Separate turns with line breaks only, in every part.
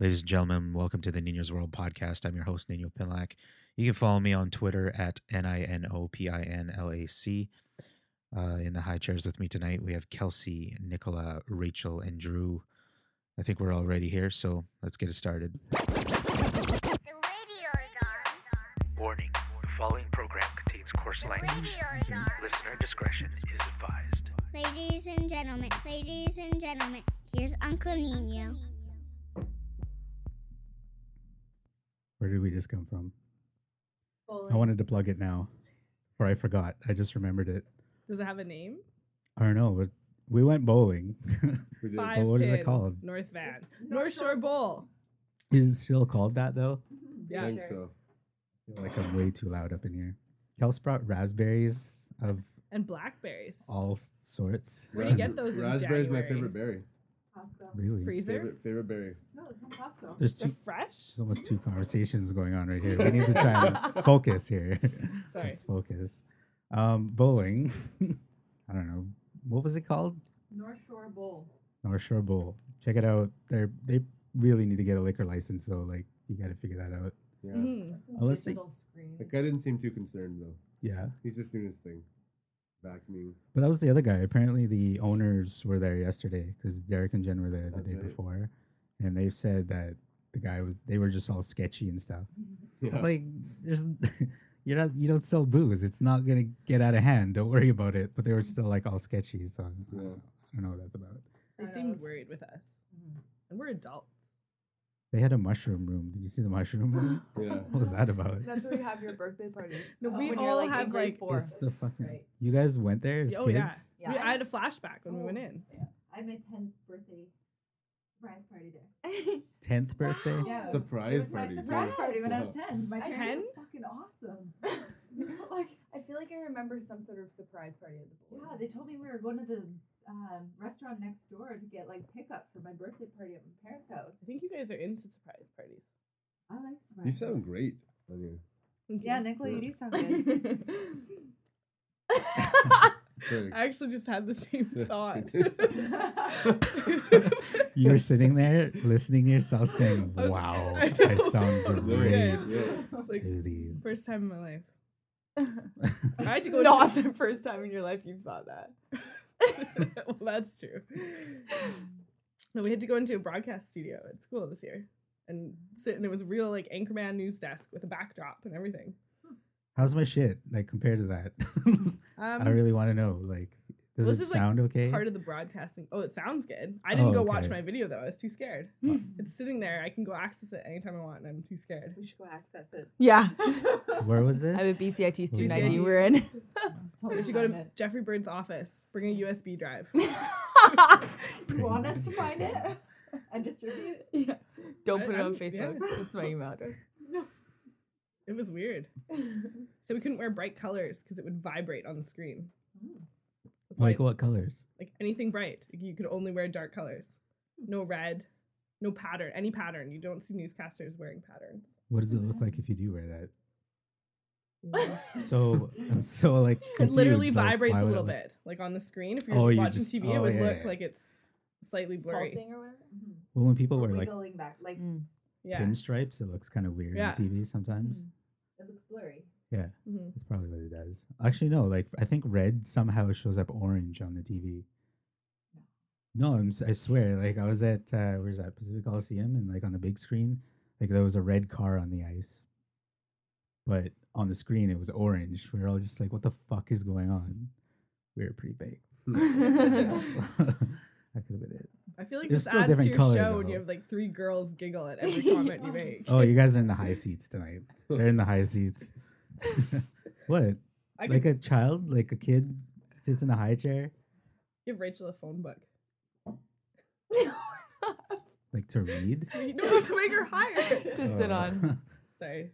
Ladies and gentlemen, welcome to the Nino's World podcast. I'm your host, Nino Pinlack. You can follow me on Twitter at N I N O P I N L A C. Uh, in the high chairs with me tonight, we have Kelsey, Nicola, Rachel, and Drew. I think we're already here, so let's get it started.
The radio is on.
Warning the following program contains coarse
The
language.
radio is on.
Listener discretion is advised.
Ladies and gentlemen, ladies and gentlemen, here's Uncle Nino.
Where did we just come from? I wanted to plug it now, or I forgot. I just remembered it.
Does it have a name?
I don't know. But we went bowling. we did.
Five
what is it
pin
called?
North Van. North Shore Bowl.
Is it still called that though?
Yeah.
think so.
I feel like I'm way too loud up in here. Kels brought raspberries of
And blackberries.
all s- sorts.
Where do you get those in
Raspberry is my
January?
favorite berry.
Really?
Freezer.
Favorite favorite berry.
There's
They're
two.
fresh.
There's almost two conversations going on right here. We need to try and focus here.
Sorry.
Let's focus. Um, bowling. I don't know. What was it called?
North Shore Bowl.
North Shore Bowl. Check it out. They're they really need to get a liquor license though. Like you got to figure that out.
Yeah.
Mhm.
Unless they-
Digital screen.
That guy didn't seem too concerned though.
Yeah,
He's just doing his thing. Vacuuming.
but that was the other guy. Apparently, the owners were there yesterday because Derek and Jen were there the
That's
day
right.
before, and they said that the guy was. They were just all sketchy and stuff.
Yeah.
Like there's. You're not, you don't sell booze. It's not gonna get out of hand. Don't worry about it. But they were still like all sketchy. So I,
Yeah.
don't, I don't know what that's about.
They
That
seemed
was-
worried with us.
Mm-hmm.
Mhm.
And we're adults.
They had a mushroom room. Did you see the mushroom room?
yeah.
what was that about?
That's where you have your birthday party.
No,
Uh,
we
when
all
you're like
have,
in grade
Oh, like-
four.
It's the fucking.
Right.
You guys went there as
oh
kids.
yeah. Oh.
Yeah,
We-
I-
I had a flashback when we went in.
I had my tenth birthday surprise party there.
Tenth birthday.
Yeah. it
Surprise
was my
party.
surprise
too.
party when I was
Wow.
ten. My
10?
parents were fucking awesome.
like I feel like I remember some sort of surprise party at the bowl.
yeah, they told me we were going to the um, restaurant next door to get like pickup for my birthday party at my parents' house.
I think you guys are into surprise parties.
I like surprise.
You sound great. I mean,
Thank
Yeah,
you.
Nicola, you do sound good.
I
sorry.
actually just had the same
Yeah, me
thought.
too.
you were sitting there listening to yourself saying,
I was-
"Wow,
I
I,
know,
sound
totally
great."
did.
Yeah.
It's like
Do these.
first time in my life. I had to go
Not
to-
the first time in your life you've thought that.
well, that's true. No, we had to go into a broadcast studio at school this year and sit, and it was a real like anchorman news desk with a backdrop and everything.
How's my shit like compared to that?
Um,
I really want to know. Like, does
this
it
is, like,
sound okay?
part of the broadcasting. Oh, it sounds good. I didn't
Oh,
go watch
okay.
my video though. I was too scared. it's sitting there. I can go access it anytime I want, and I'm too scared.
We should go access it.
Yeah.
Where was this?
I have a BCIT student
BCIT.
ID we're in.
We have to Oh, go to Jeffrey Bird's office. Bring a USB drive.
you want us to find it and distribute it?
yeah. Don't
I-
put it on
I'm- yeah.
Facebook. That's my email address.
It was weird. so we couldn't wear bright colors because it would vibrate on the screen.
Mm.
That's why-
like what colors?
like anything bright. Like, you could only wear dark colors. No red, no pattern, any pattern. You don't see newscasters wearing patterns.
What does it look like if you do wear that? So I'm so like.
It literally
confused, like,
vibrates
why
a
would it
little
look-
bit, like on the screen. If you're
Oh, you
watching
just-
TV, it
oh,
would
yeah,
look
yeah.
like it's slightly blurry.
Pulsing or whatever.
Mm-hmm.
Well, when people
Or
wear like
wiggling back, like hmm.
Mm.
Yeah.
pinstripes, it looks kind of weird
Yeah. Mm-hmm.
on TV sometimes.
it looks blurry.
Yeah.
Mhm.
That's probably what it does. Actually, no. Like I think red somehow shows up orange on the TV. No, I'm, si swear. Like I was at uh, where's that Pacific Coliseum, and like on the big screen, like there was a red car on the ice, but on the screen it was orange. We were all just like, "What the fuck is going on?" We were pretty big.
Mm-hmm.
that could have been it.
I feel like
There's
this
still
adds to
different
your
colors,
show and
though.
you have like three girls giggle at every comment you make.
Oh, you guys are in the high seats tonight. They're in the high seats. what?
I could
Like a child, like a kid sits in a high chair,
give Rachel a phone book.
like to read.
You don't have to make her higher.
to sit
Uh,
on.
Sorry.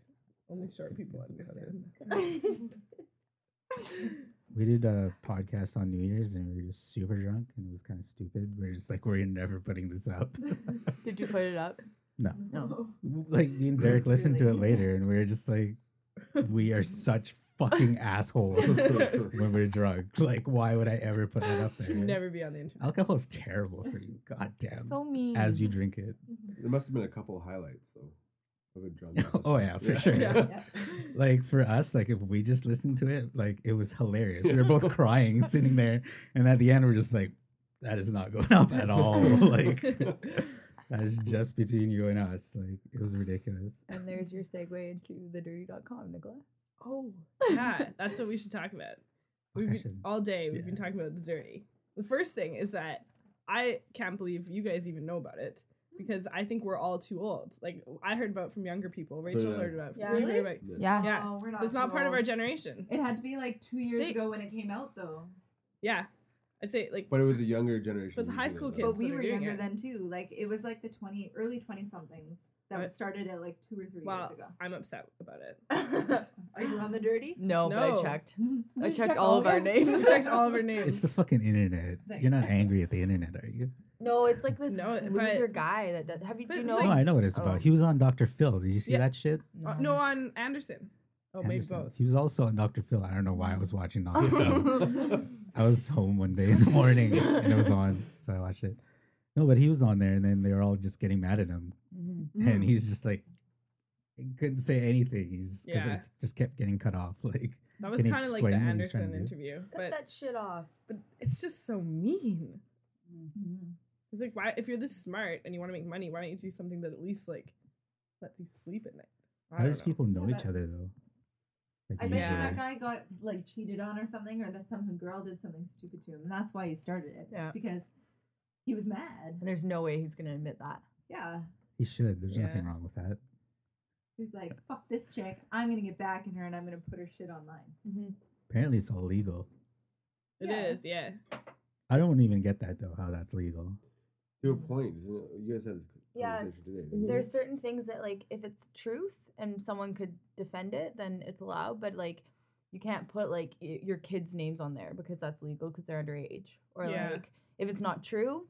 Only short people understand.
we did a podcast on New Year's and we were just super drunk and it was kind of stupid. We are just like, we're never putting this up.
Did you put it up?
no.
No.
Oh,
Like me and Derek
That's
listened to it
really-
later and we were just like, we are such fucking assholes when we're drunk. Like, why would I ever put that up there?
Should never be on the internet.
Alcohol is terrible for you. God damn.
So mean.
Um, As you drink it.
There must have been a couple of highlights though. Of a drunk episode.
Oh, yeah, for sure.
Yeah.
Yeah.
Like for us, like if we just listened to it, like it was hilarious. We were both crying sitting there, and at the end we're just like, that is not going up at all. like that is just between you and us. Like it was ridiculous.
And there's your segue into the dirty.com, Nicola.
Oh, yeah, that's what we should talk about. We've
I
been,
should-
all day we've been
yeah.
talking about the dirty. The first thing is that I can't believe you guys even know about it because I think we're all too old. Like I heard about it from younger people. Rachel
yeah.
heard about. it from-
Yeah.
you heard
Really?
about. it.
Yeah.
Yeah.
Oh, we're
So it's not
too
part of our
old.
generation.
It had to be like two years
They-
ago when it came out, though.
Yeah, I'd say like
But it was a younger generation.
was high
using
school
it,
kids.
though.
But
that
we
are
were
doing
younger
it.
then too. Like it was like the twenty, early twenty somethings that
Right.
started at like two or three
Wow.
years ago.
I'm upset about it.
Are you on the dirty?
No,
No.
but I checked. I
Did you
checked
check
all of our
them?
names.
Just checked all of our names.
It's the fucking internet.
Thanks.
You're not angry at the internet, are you?
No, it's like this
No, but-
loser guy that does, have you, do
But
you
it's
know?
like-
No, I know what it's about.
Oh.
He was on Dr. Phil. Did you see
Yeah.
that shit?
Uh, no, on Anderson. Oh,
Anderson.
maybe both.
He was also on Dr. Phil. I don't know why I was watching
uh,
Dr. Phil. I was home one day in the morning and it was on, so I watched it. No, but he was on there, and then they were all just getting mad at him,
Mhm.
Mm.
and he's just like he couldn't say anything. He's because
Yeah.
it just kept getting cut off. Like
That was
Can you
kind of like the
explain what he's trying
Anderson
to do?
interview,
Cut
but
that shit off.
but it's just so mean. It's like why if you're this smart and you want to make money, why don't you do something that at least like lets you sleep at night? I
how
don't
does
know.
people know
Yeah,
each
but-
other though? Like,
I bet you
usually.
that guy got like cheated on or something, or that some girl did something stupid to him, and that's why he started it.
Yeah.
It's because he was mad.
And there's no way he's gonna admit that.
Yeah.
He should. There's
Yeah.
nothing wrong with that.
He's like, fuck this chick. I'm gonna get back in her, and I'm gonna put her shit online.
Apparently, it's all legal.
It
Yeah.
is, yeah.
I don't even get that though. How that's legal?
To a point, isn't it? You guys had this
Yeah.
conversation today. didn't you?
Mm-hmm.
There's certain things that like if it's truth and someone could defend it, then it's allowed. But like you can't put like y- your kids' names on there because that's legal because they're underage. Or
Yeah.
like if it's not true,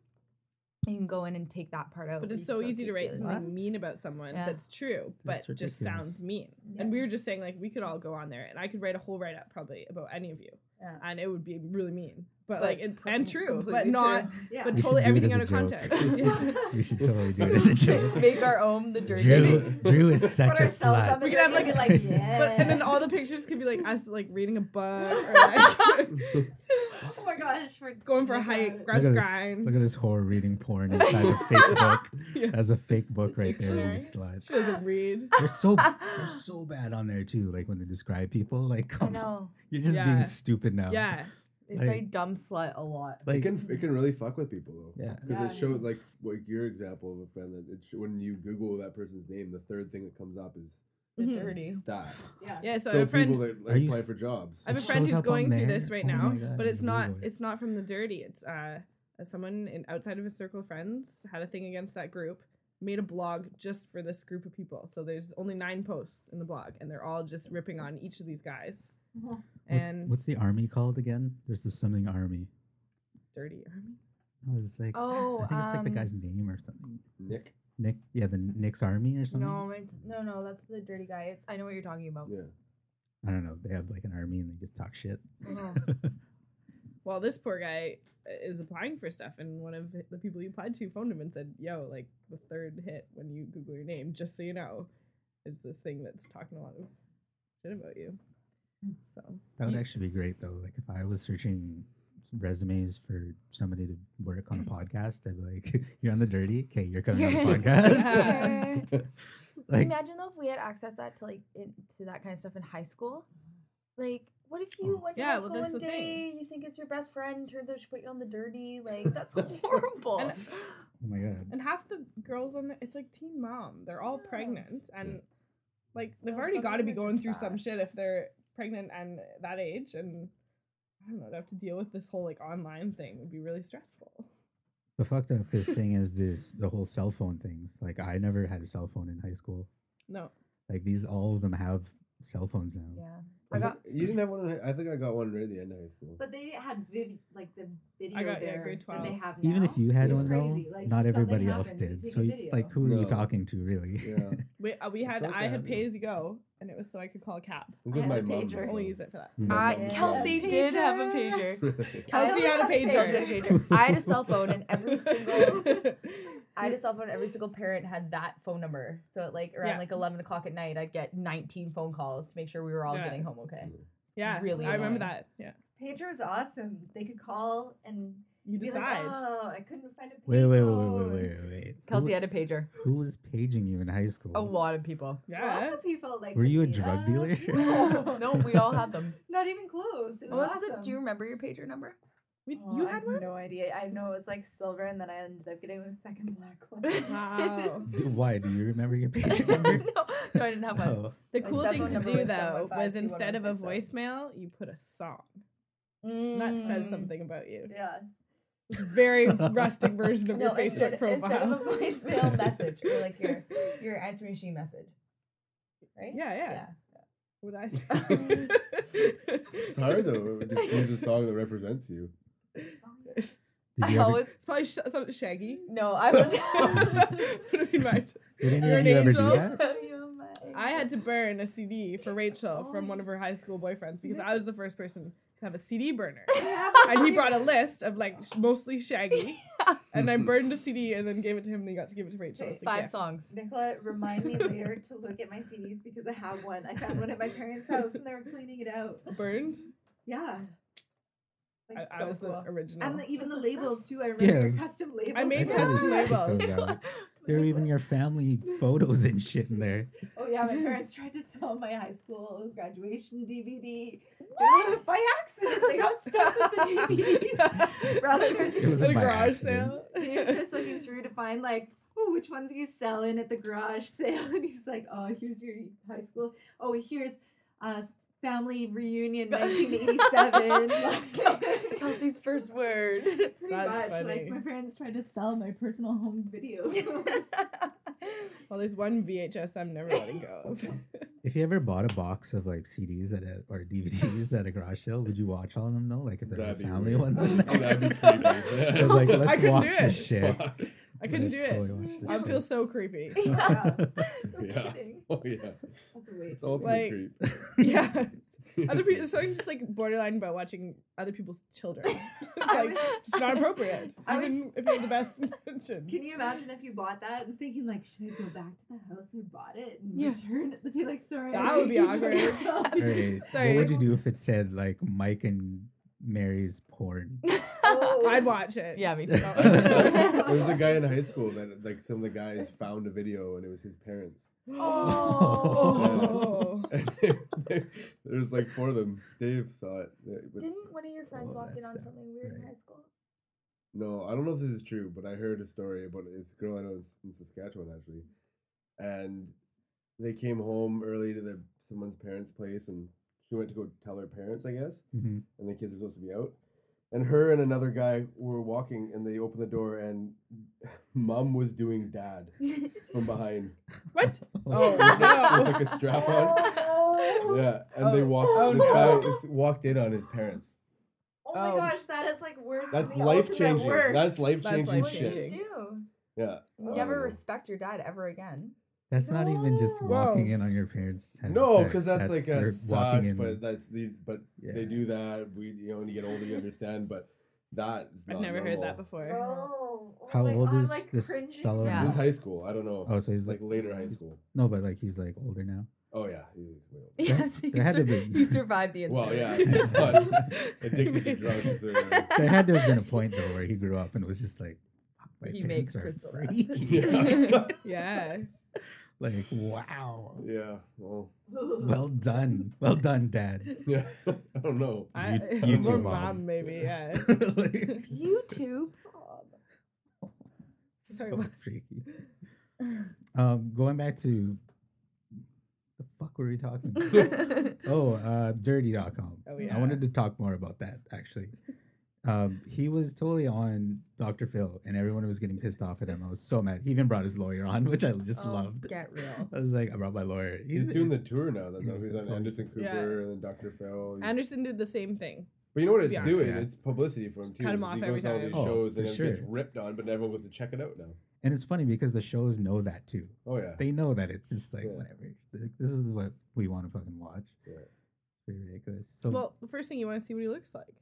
you can go in and take that part out.
But
you
it's
can
so
still
easy to
keep
write
the-
something
What?
mean about someone
Yeah.
that's true, but
That's
just
ridiculous.
sounds mean. And
Yeah.
we were just saying like we could all go on there, and I could write a whole write up probably about any of you,
Yeah.
and it would be really mean, but,
But
like it,
pro-
and true, but
completely
not,
Yeah.
but
We should
totally
do it
everything
as
out
a
of
joke.
context. Yeah.
We should totally do it as a joke.
Make our own the dirty.
Drew, Drew is such a
ourselves
slut.
up
We
in
could
there
have,
and be
like-
like
But and then
"Yeah."
all the pictures could be like us like reading a book or like
oh my gosh, we're
going
Oh
for a
thinking
hike,
about
Look
grouse
at, this,
grind.
look at this whore reading porn inside a fake book.
Yeah.
That's a fake book right there,
Dictionary.
you slut.
She doesn't read.
We're so we're so bad on there too. Like when they describe people, like
I
come on,
know.
you're just
Yeah.
being stupid now.
Yeah.
They
Like-
say dumb slut a lot.
it
like
can it can really fuck with people though.
yeah,
Because
Yeah,
it
I
showed
know.
like like your example of a friend that it sh- when you Google that person's name, the third thing that comes up is
The
Mhm.
dirty.
that.
it. Yeah.
Yeah, so, I
so
have a friend
people that
Are
like,
you
apply
s-
for jobs.
I have a
It
friend
shows up
who's
on
going through
there.
this right
Oh my
now,
God,
but it's not
unbelievable.
it's not from the dirty. It's uh uh, someone in outside of a circle of friends had a thing against that group, made a blog just for this group of people. So there's only nine posts in the blog and they're all just ripping on each of these guys.
What's-
what's,
And
what's the army called again? There's this something army.
dirty army.
No, it's like
Oh,
I think it's like the
um,
guy's name or something.
Nick.
Nick, yeah, the Nick's army or something.
No, it's, no, no. That's the dirty guy. It's I know what you're talking
Oh.
about.
Yeah.
I don't know. They have like an army and they just talk shit.
Oh.
Uh-huh. Well, this poor guy is applying for stuff, and one of the people he applied to phoned him and said, "Yo, like the third hit when you Google your name, just so you know, is this thing that's talking a lot of shit about you." So
That
Mm.
would
Ye-
actually be great though. Like if I was searching resumes for somebody to work on a
Mm.
podcast, I'd be like, "You're on the dirty, okay? You're coming on the podcast."
Yeah.
like,
Imagine though if we had access that to like in, to that kind of stuff in high school. Like, what if you
Oh.
went to
Yeah,
high
well,
school
that's
one
the
day,
thing.
you think it's your best friend, turns out she put you on the dirty. Like, that's horrible.
And-
oh my god,
And half the girls on the it's like Teen Mom. They're all
Yeah.
pregnant and like they've
Well,
already
some
got to
of
be
them are
going
just
through some
bad.
shit if they're pregnant and that age. And I don't know to have to deal with this whole like online thing would be really stressful.
the fucked up this thing is this the whole cell phone things. Like I never had a cell phone in high school.
No,
Like these, all of them have cell phones now.
Yeah.
I
I got
think- you didn't have one. In high, I think I got one right at the end of high school.
But they had vivid, like the video
got, yeah,
there
grade
that they
12.
have now.
Even if you had
It's
one though,
crazy, like,
not
something
everybody else
happens, you
did.
take a
So it's like,
video.
who are you
No.
talking to, really?
yeah,
We, uh, we
I
had
felt
I
that
had pay
happening.
as you go, and it was so I could call a cab.
I'm with
I
my
had a
mom.
pager.
Only use it for that.
No.
My
I
mom-
Kelsey
Yeah,
did have a
pager.
pager.
I
Kelsey
had a pager.
Kelsey had a pager. I had a cell phone, and every single I had a cell phone. Every single parent had that phone number. So at like around
Yeah.
like eleven o'clock at night, I'd get nineteen phone calls to make sure we were all
Yeah.
getting home okay.
yeah,
really
I remember
annoying.
that. Yeah,
Pager was awesome. They could call and
you
be like,
decide.
"Ah,
oh, I couldn't find a
Wait, wait, wait, wait,
payphone."
wait, wait, wait.
Kelsey
who,
had a pager.
who was paging you in high school?
A lot of people.
yeah,
Lots of people like.
Were
hit
you a
me
drug
up.
dealer?
no, we all had them.
Not even close. It was
What's
awesome.
the, do you remember your pager number?
we,
Oh,
you
I
had
have
one.
No idea. I know it was like silver, and then I ended up getting the second black one.
Wow.
D- Why? Do you remember your pager
no,
number?
no, I didn't have one.
Oh,
The
My
cool
cell
thing
phone
to
number
do
was
though
715-211-67.
was instead of a voicemail, you put a song
Oh.
and that
Mm.
says something about you.
Yeah.
It's a very rustic version of
No,
your Facebook
instead, instead
profile.
of a voicemail message or like your your answering machine message, right?
yeah, yeah. What I say?
It's hard though. to Just choose a song that represents you.
It's
Did,
I
you ever,
always
probably sh- something shaggy.
no. I was.
Would have been mine.
did any
you're
of
an
you ever do
angel.
that?
I had to burn a CD for Rachel from
Oh.
one of her high school boyfriends because I was the first person to have a CD burner. And he brought a list of like sh- mostly Shaggy, and I
Mm-hmm.
burned a CD and then gave it to him. and He got to give it to Rachel. as a
five
gift.
songs.
Nicola, remind me later to look at my CDs because I have one. I found one at my parents' house and they were cleaning it out.
burned.
Yeah.
I,
Like,
I
so
was
cool.
the original.
And the, even the labels too. I remember
Yes.
custom labels.
I
made
were
totally
custom
on.
picked
labels.
those out. There were even your family photos and shit in there.
Oh yeah, my parents tried to sell my high school graduation DVD. What? By accident, they got stuck with the DVDs. Rather than
It was
at a
a by
garage
accident.
sale.
he was just looking through to find like, oh, which ones are you selling at the garage sale? And he's like, oh, here's your high school. Oh, here's uh, family reunion 1987. Like,
Kelsey's first word.
Pretty much,
That's
like
funny.
my parents tried to sell my personal home video.
Well, there's one VHS I'm never letting go of.
If you ever bought a box of like CDs at a, or DVDs at a garage sale, would you watch all of them though? Like if there were
That'd be
family
weird.
ones in there?
That'd be creepy.
So like,
I
let's
couldn't
watch
do
this
it.
shit.
Fuck.
I couldn't
Let's
do it.
totally watch this
I would
shit.
feel so creepy.
Yeah.
No Yeah.
kidding.
Oh yeah,
That's a waste.
it's ultimate
Like-
creep.
Yeah. Other
Seriously.
people, something just like borderline about watching other people's children. It's like just not appropriate,
I would-
even if you have the best intentions.
Can you imagine if you bought that and thinking like, should I go back to the house I bought it and
Yeah.
return it? Be like, sorry,
That would be
you turned
awkward.
it off."
All right,
Sorry.
What would you do if it said like Mike and Mary's porn?
Oh,
I'd watch it.
yeah, me too.
too.
there was a guy in high school that like some of the guys found a video and it was his parents.
Oh.
And they- they- there was like four of them. Dave saw it. They- but-
Didn't one of your friends
Oh,
walk in
that's
on
down.
something weird in
Right.
high school?
no, I don't know if this is true, but I heard a story about this girl I know in, in Saskatchewan actually, and they came home early to their someone's parents' place, and she went to go tell her parents, I guess.
Mhm.
and the kids were supposed to be out. And her and another guy were walking, and they opened the door, and mom was doing dad from behind
What?
with, like-
no.
with, like a strap on. Yeah, and they
Oh.
walked.
Oh,
this
no.
guy just walked in on his parents.
Oh my
Oh.
gosh, that is like worse.
That's
than the
life
ultimate
changing.
worst.
That's life changing
life
What did you
shit.
changing.
do?
Yeah.
Oh.
Never
Um,
respect your dad ever again.
That's not even just
Whoa.
walking in on your parents. having
No,
sex.
because that's, like
you're
that sucks,
in-
but that's the but
yeah.
they do that. We you know when you get older you understand, but that is not.
I've never heard
normal.
that before.
Oh, oh
How
my
old
God,
is
like
this
cringing.
fellow
Yeah.
This
now?
is high school. I don't know.
Oh, so he's
like later high school.
No, but like he's like older now.
Oh yeah. he was way older.
Yes, he,
there had to
sur-
be-
he survived the incident.
Well, yeah, he's not addicted to drugs. Or,
There had to have been a point though where he grew up and was just like, "Fuck, my
He
parents
makes
are
crystal
freaky."
yeah.
Yeah.
Like, wow.
yeah. Well.
Well done, well done, Dad.
Yeah. I don't know.
I,
you
or
too,
mom.
Mom.
maybe. Yeah.
Like,
YouTube.
Sorry,
so
what?
freaky. Um, going back to the fuck were we talking? about? oh, uh, dirty.com.
Oh,
I
yeah.
wanted to talk more about that actually. Um, he was totally on Dr. Phil, and everyone was getting pissed off at him. I was so mad. He even brought his lawyer on, which I just
Oh,
loved.
Get real.
I was like, I brought my lawyer.
He's doing the tour now. That though.
Yeah,
he's on
totally.
Anderson Cooper
Yeah.
and then Dr. Phil. he's-
Anderson did the same thing.
But you know what
to
it's
be honest.
doing?
Yeah.
It's publicity for him
Just
too.
cut him
because
off
he
every
goes to all
time.
these
Oh,
shows
for
and it gets
sure.
ripped on, but everyone goes to check it out now.
and it's funny because the shows know that too.
Oh yeah.
They know that it's just like
Yeah.
whatever. Like, This is what we want to fucking watch.
Yeah.
Pretty ridiculous. So
well, the first thing you want to see what he looks like.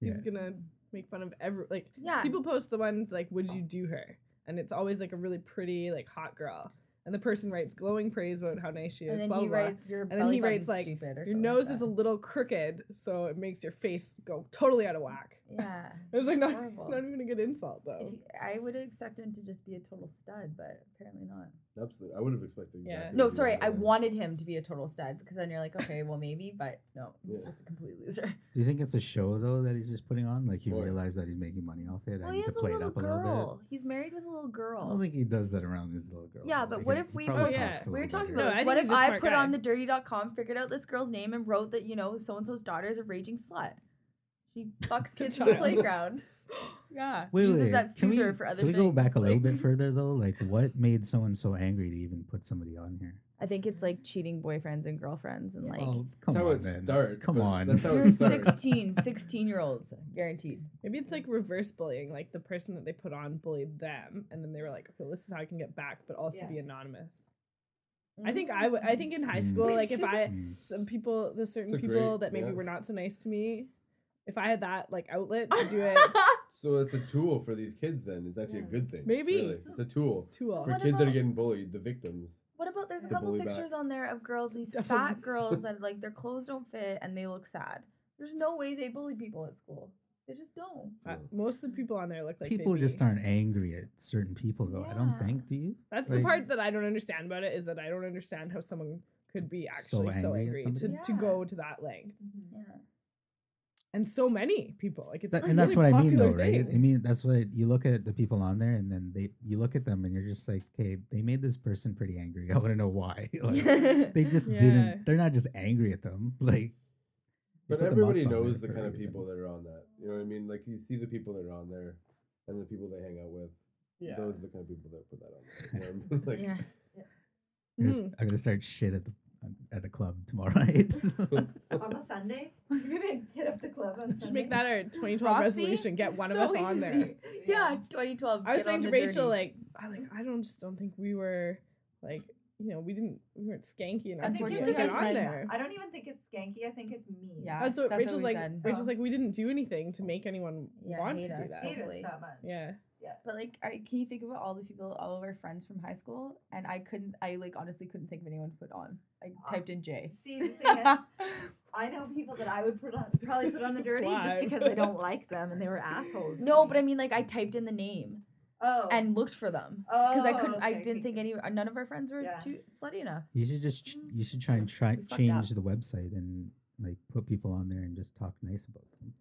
He's
Yeah.
gonna make fun of every like
Yeah.
people post the ones like would you do her and it's always like a really pretty like hot girl and the person writes glowing praise about how nice she is
And then
blah,
he
blah, blah.
writes your
then
belly
he
button's
writes, like,
stupid or
your
something
nose
like
is a
that.
little crooked so it makes your face go totally out of whack
yeah.
it was like
it's
not,
horrible.
not even a good insult though
If you- I would expect him to just be a total stud, but apparently not.
Absolutely. I would have expected
Yeah.
exactly
No,
what you
sorry,
guys
I
did.
wanted him to be a total stud because then you're like, okay, well maybe, but no, he's
Yeah.
just a complete loser.
do you think it's a show though that he's just putting on? Like he
Oh, yeah.
realized that he's making money off it.
Well,
I
he
need to
has a
play it
little
up a little bit.
girl. He's married with a little girl.
I don't think he does that around his little girl.
Yeah,
though.
but
Like,
what
he-
if
he
we?
probably
Oh, yeah.
talks a
We were
little
talking
bit
No,
about
I
this.
think
What
he's
if
a
I
smart
put
guy.
on the dirty.com, figured out this girl's name, and wrote that, you know, so and so's daughter is a raging slut? She fucks kids in the
child.
playground. yeah.
Wait,
Uses
wait,
that
can we,
soother for other
can we
things.
go back a little
like-
bit further though? Like, what made someone so angry to even put somebody on here?
I think it's like cheating boyfriends and girlfriends and like.
oh, come
That's how
on,
it
man.
starts.
Come
but
on.
That's how
You're
it starts.
16, 16 year olds, guaranteed.
maybe it's like reverse bullying like the person that they put on bullied them and then they were like okay this is how i can get back but also
Yeah.
be anonymous i think i would i think in high school like if i
Mm.
some people the certain
It's a
people
great-
that maybe
yeah.
were not so nice to me if i had that like outlet to do it
So it's a tool for these kids. Then it's actually a
Yeah.
good thing.
Maybe.
really. it's a tool
tool
for
What
kids that are
about-
getting bullied, the victims.
What about there's a
The
couple
bully back.
pictures on there of girls, these
Definitely.
fat girls that like their clothes don't fit and they look sad. There's no way they bully people at school. They just don't.
Uh, most of the people on there look like
people just
baby.
aren't angry at certain people though. I don't
Yeah.
think. Do you?
That's the
like-
part that I don't understand about it is that I don't understand how someone could be actually so
angry at
angry, to,
somebody?
to
Yeah.
go to that length.
Yeah.
And so many people like it's
That-
a
and that's
really
what I mean, though,
popular
right? I
thing.
mean, that's what you look at the people on there, and then they you look at them, and you're just like, okay, they made this person pretty angry. I want to know why. like, they just
Yeah.
didn't. They're not just angry at them, like. you put
But
them up
everybody
on there
knows the
for a
kind of
reason.
people that are on that. You know what I mean? Like you see the people that are on there, and the people they hang out with.
Yeah.
Those are the kind of people that put that on. There, you know what I mean?
yeah.
Like,
I'm gonna s-
Mhm.
I'm gonna start shit at the at the club tomorrow night.
on a Sunday. You're gonna hit up the club on Sunday.
Just make that our 2012
Roxy,
resolution. Get one of us
so
on there.
easy. Yeah, 2012.
I was
get
saying
on
to
the
Rachel,
dirty.
like, I like, I don't just don't think we were like, you know, we didn't, we weren't skanky enough to
it's
really
the
Unfortunately,
get on
difference.
there.
I don't even think it's skanky. I think it's mean.
yeah,
That's what Rachel's
we
like.
said.
Rachel's
Oh.
like, we didn't do anything to make anyone
Yeah,
want
hate
to do
us.
that.
Hate us
Probably.
that much.
Yeah,
But like, I, can you think about all the people, all of our friends from high school? And I couldn't, I like honestly couldn't think of anyone to put on. I typed in J.
See, the thing is, I know people that I would put on, probably put on the dirty just
Fly.
because I don't like them and they were assholes. to
no,
me.
but I mean, like, I typed in the name
oh,
and looked for them because I couldn't, I didn't think any, none of our friends were
Yeah.
too slutty enough.
you should just ch- you should try and try
We fucked up.
change the website and like put people on there and just talk nice about them.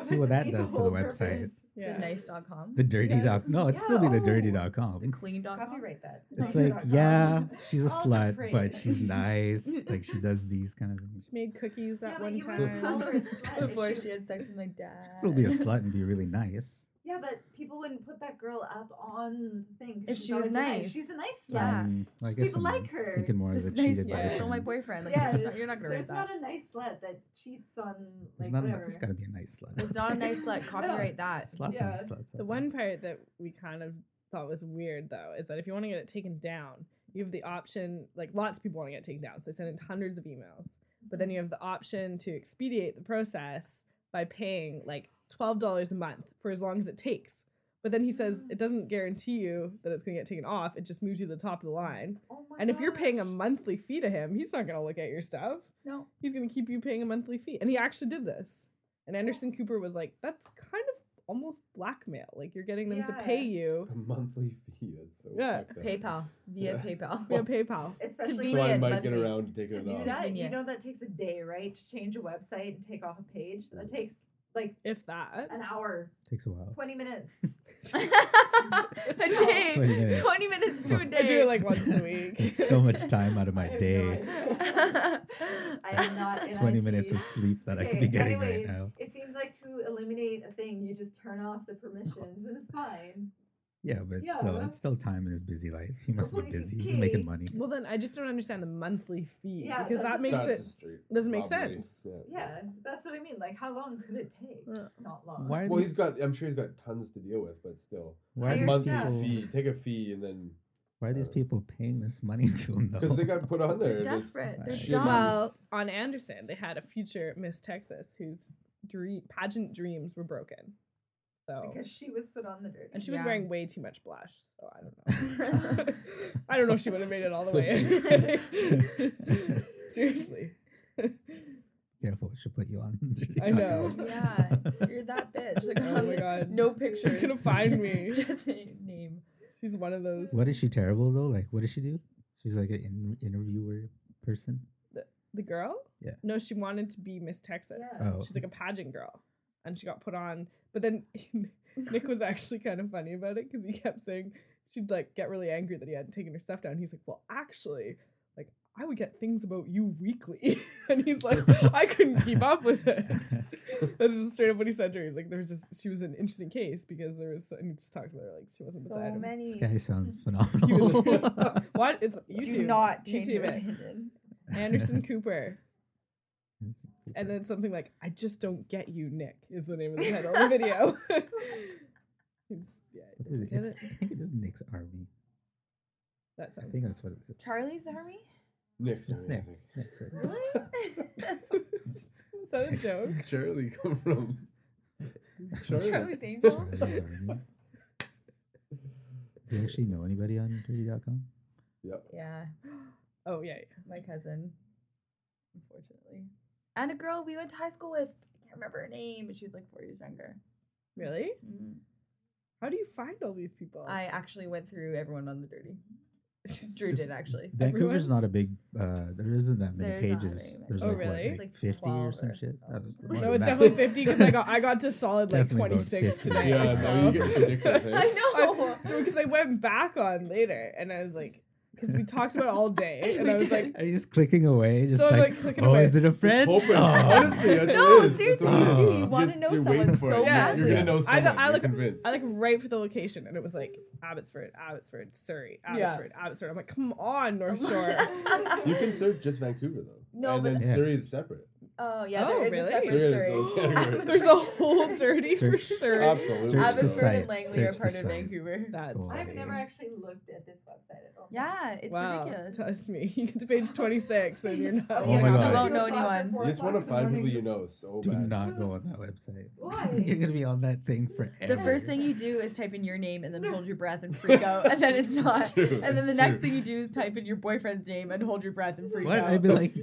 see what that does to the website.
yeah.
The nice.com.
The dirty
Yeah.
doc. No, it'd still be the dirty
No.
dot com.
the clean.com.
Copyright that.
It's
Nice
like,
dot com.
yeah, she's a
All the
slut, but
praise.
she's nice. like she does these kind of things.
made cookies
Yeah,
that
but
one
you wouldn't
time.
call her a slut if
Before she had sex with my dad.
She'll be a slut and be really nice.
Yeah, but people wouldn't put that girl up on the thing. 'cause
If
she's
she was
always
nice.
She's a nice slut.
Yeah.
Um, I guess
People
I'm
like her.
Thinking more of
This
the
is nice.
cheated by
Yeah.
the
person.
Stole my
friend.
boyfriend. Like,
Yeah,
you're, not, you're not gonna
There's
read that.
not a nice slut that cheats on
There's
like
not. A,
whatever.
there's got to be a nice slut.
There's not a nice slut. Copyright that.
There's lots
Yeah.
of nice sluts. out
The
there.
one part that we kind of thought was weird though is that if you want to get it taken down, you have the option. Like lots of people want to get it taken down, so they send in hundreds of emails. But
Mm-hmm.
then you have the option to expedite the process by paying like twelve dollars a month for as long as it takes. But then he says
Mm-hmm.
it doesn't guarantee you that it's going to get taken off. It just moves you to the top of the line.
Oh my
And if you're
gosh.
paying a monthly fee to him, he's not going to look at your stuff.
No.
He's going to keep you paying a monthly fee. And he actually did this. And Anderson Cooper was like, that's kind of almost blackmail. Like, you're getting them to
Yeah.
pay you
A monthly fee. That's so.
Yeah.
fucked up.
PayPal via
Yeah.
PayPal.
via PayPal.
especially
So I
Convenient,
might get
monthly.
around to
to
taking it
do
off.
that, you
Convenient.
know that takes a day, right? To change a website and take off a page, that takes like
If that.
an hour,
takes a while.
twenty minutes.
a day.
20 minutes.
20 minutes to a day.
I do it like once a week.
It's so much time out of my
I have no
day.
idea. I am not in
20
IT.
minutes of sleep that I could
Okay,
be getting
anyways,
right now.
It seems like to eliminate a thing, you just turn off the permissions and it's fine.
Yeah, but it's
yeah,
still,
well-
it's still time in his busy life. He must be
Well,
busy. He's making
okay.
money.
Well, then I just don't understand the monthly fee
Yeah,
because
that's
that
the
makes
That's
it.
a straight
doesn't make
robbery.
sense.
Yeah, that's what I mean. Like, how long could it take?
Yeah.
Not long.
Why? Are
Well,
these-
he's got. I'm sure he's got tons to deal with, but still,
why
hire
are these
monthly
staff.
people?
fee. Take a fee and then
Why are these
Uh,
people paying this money to him though?
because they got put on there.
They're
and it's-
desperate. They're
Shit.
dumb.
Well, on Anderson, they had a future Miss Texas whose dream, pageant dreams were broken. So,
Because she was put on the dirty.
and she was
Yeah.
wearing way too much blush. So I don't know. I don't know if she would have made it all the way.
So-
Seriously.
Careful, she'll put you on.
I know.
Yeah, You're that bitch. Like,
Oh my God.
No pictures.
She's gonna find me.
Just a name.
She's one of those.
What is she terrible though? Like, what does she do? She's like an in- interviewer person.
The girl?
Yeah.
No, she wanted to be Miss Texas.
Yeah.
Oh.
She's like a pageant girl. And she got put on. But then Nick was actually kind of funny about it because he kept saying she'd like get really angry that he hadn't taken her stuff down. He's like, Well, actually, like I would get things about you weekly. and he's like, I couldn't keep up with it. This is straight up what he said to her. He's like, there was just she was an interesting case because there was and he just talked about her like she wasn't
so
beside him.
many.
This guy sounds
He was
phenomenal.
like, what? It's YouTube.
Do not change
YouTube
your
it.
opinion.
Anderson Cooper. and then something like "I just don't get you, Nick" is the name of the title of the video. It's- yeah, I
What is
don't
it?
get
It's-
it.
I think it is Nick's army.
That
I
sounds
think that's what it is.
Charlie's Army?
Nick's
It's
on
Nick.
it,
Nick, right?
is that a
I
joke?
think. Charlie come from Charlie.
Charlie's Angels?
Charlie's Army. Do you actually know anybody on dirty.com?
Yeah,
Oh yeah, yeah.
my cousin. Unfortunately. And a girl we went to high school with. I can't remember her name, but she was like four years younger.
really?
Mm.
How do you find all these people?
I actually went through everyone on the dirty. Drew did
Just
actually.
Vancouver's
Everyone?
not a big. uh There isn't that many
There's not
pages.
very many.
There's
Oh,
like,
really?
What, like
It's
like
50 or
12
some
or-
more
oh.
than
no, it's
that.
definitely fifty because I got I got to solid like
Definitely
twenty
about
six
50.
today.
Yeah,
so.
now you get addicted, hey?
I know.
because I went back on later and I was like, because we talked about it all day and
We
I was like,
did.
Are you just clicking away? Just
So I'm,
like,
like, clicking
oh,
away.
is it a friend?
Open.
Oh.
Honestly, that's
No,
what it is. That's
seriously,
what it
you
is.
do. You
wanna
You're-
know
you're
someone
waiting for
so
it.
badly.
You're gonna know
I
someone.
got- I
you're
look-
convinced.
I like right for the location and it was like Abbotsford, Abbotsford, Surrey,
Yeah.
Abbotsford, Abbotsford. I'm like, come on, North Shore.
You can search just Vancouver though.
No,
and
but-
then
Yeah.
Surrey is separate.
Oh yeah,
Oh,
there is
really?
a
There
separate
is,
Surrey.
okay, right.
There's a whole dirty for
Search-
Surrey.
Absolutely.
Search the
Abbotsford
site.
and Langley
Search
are
the
part of
site.
Vancouver.
That's
Cool.
I've
Right.
never actually looked at this website at all.
Yeah, it's
wow.
ridiculous.
Trust me. You get to page 26 and you're not.
Oh my
you're not-
God.
You won't
Two
know
o'clock or
anyone.
four
You just want to
o'clock in the
find people
morning.
you know so
Do
bad.
not go on that website.
Why?
You're gonna be on that thing forever.
The first thing you do is type in your name and then hold your breath and freak out, and then it's
It's
not.
true,
And then
it's
the next
true.
thing you do is type in your boyfriend's name and hold your breath and freak
What?
out.
I'd be like,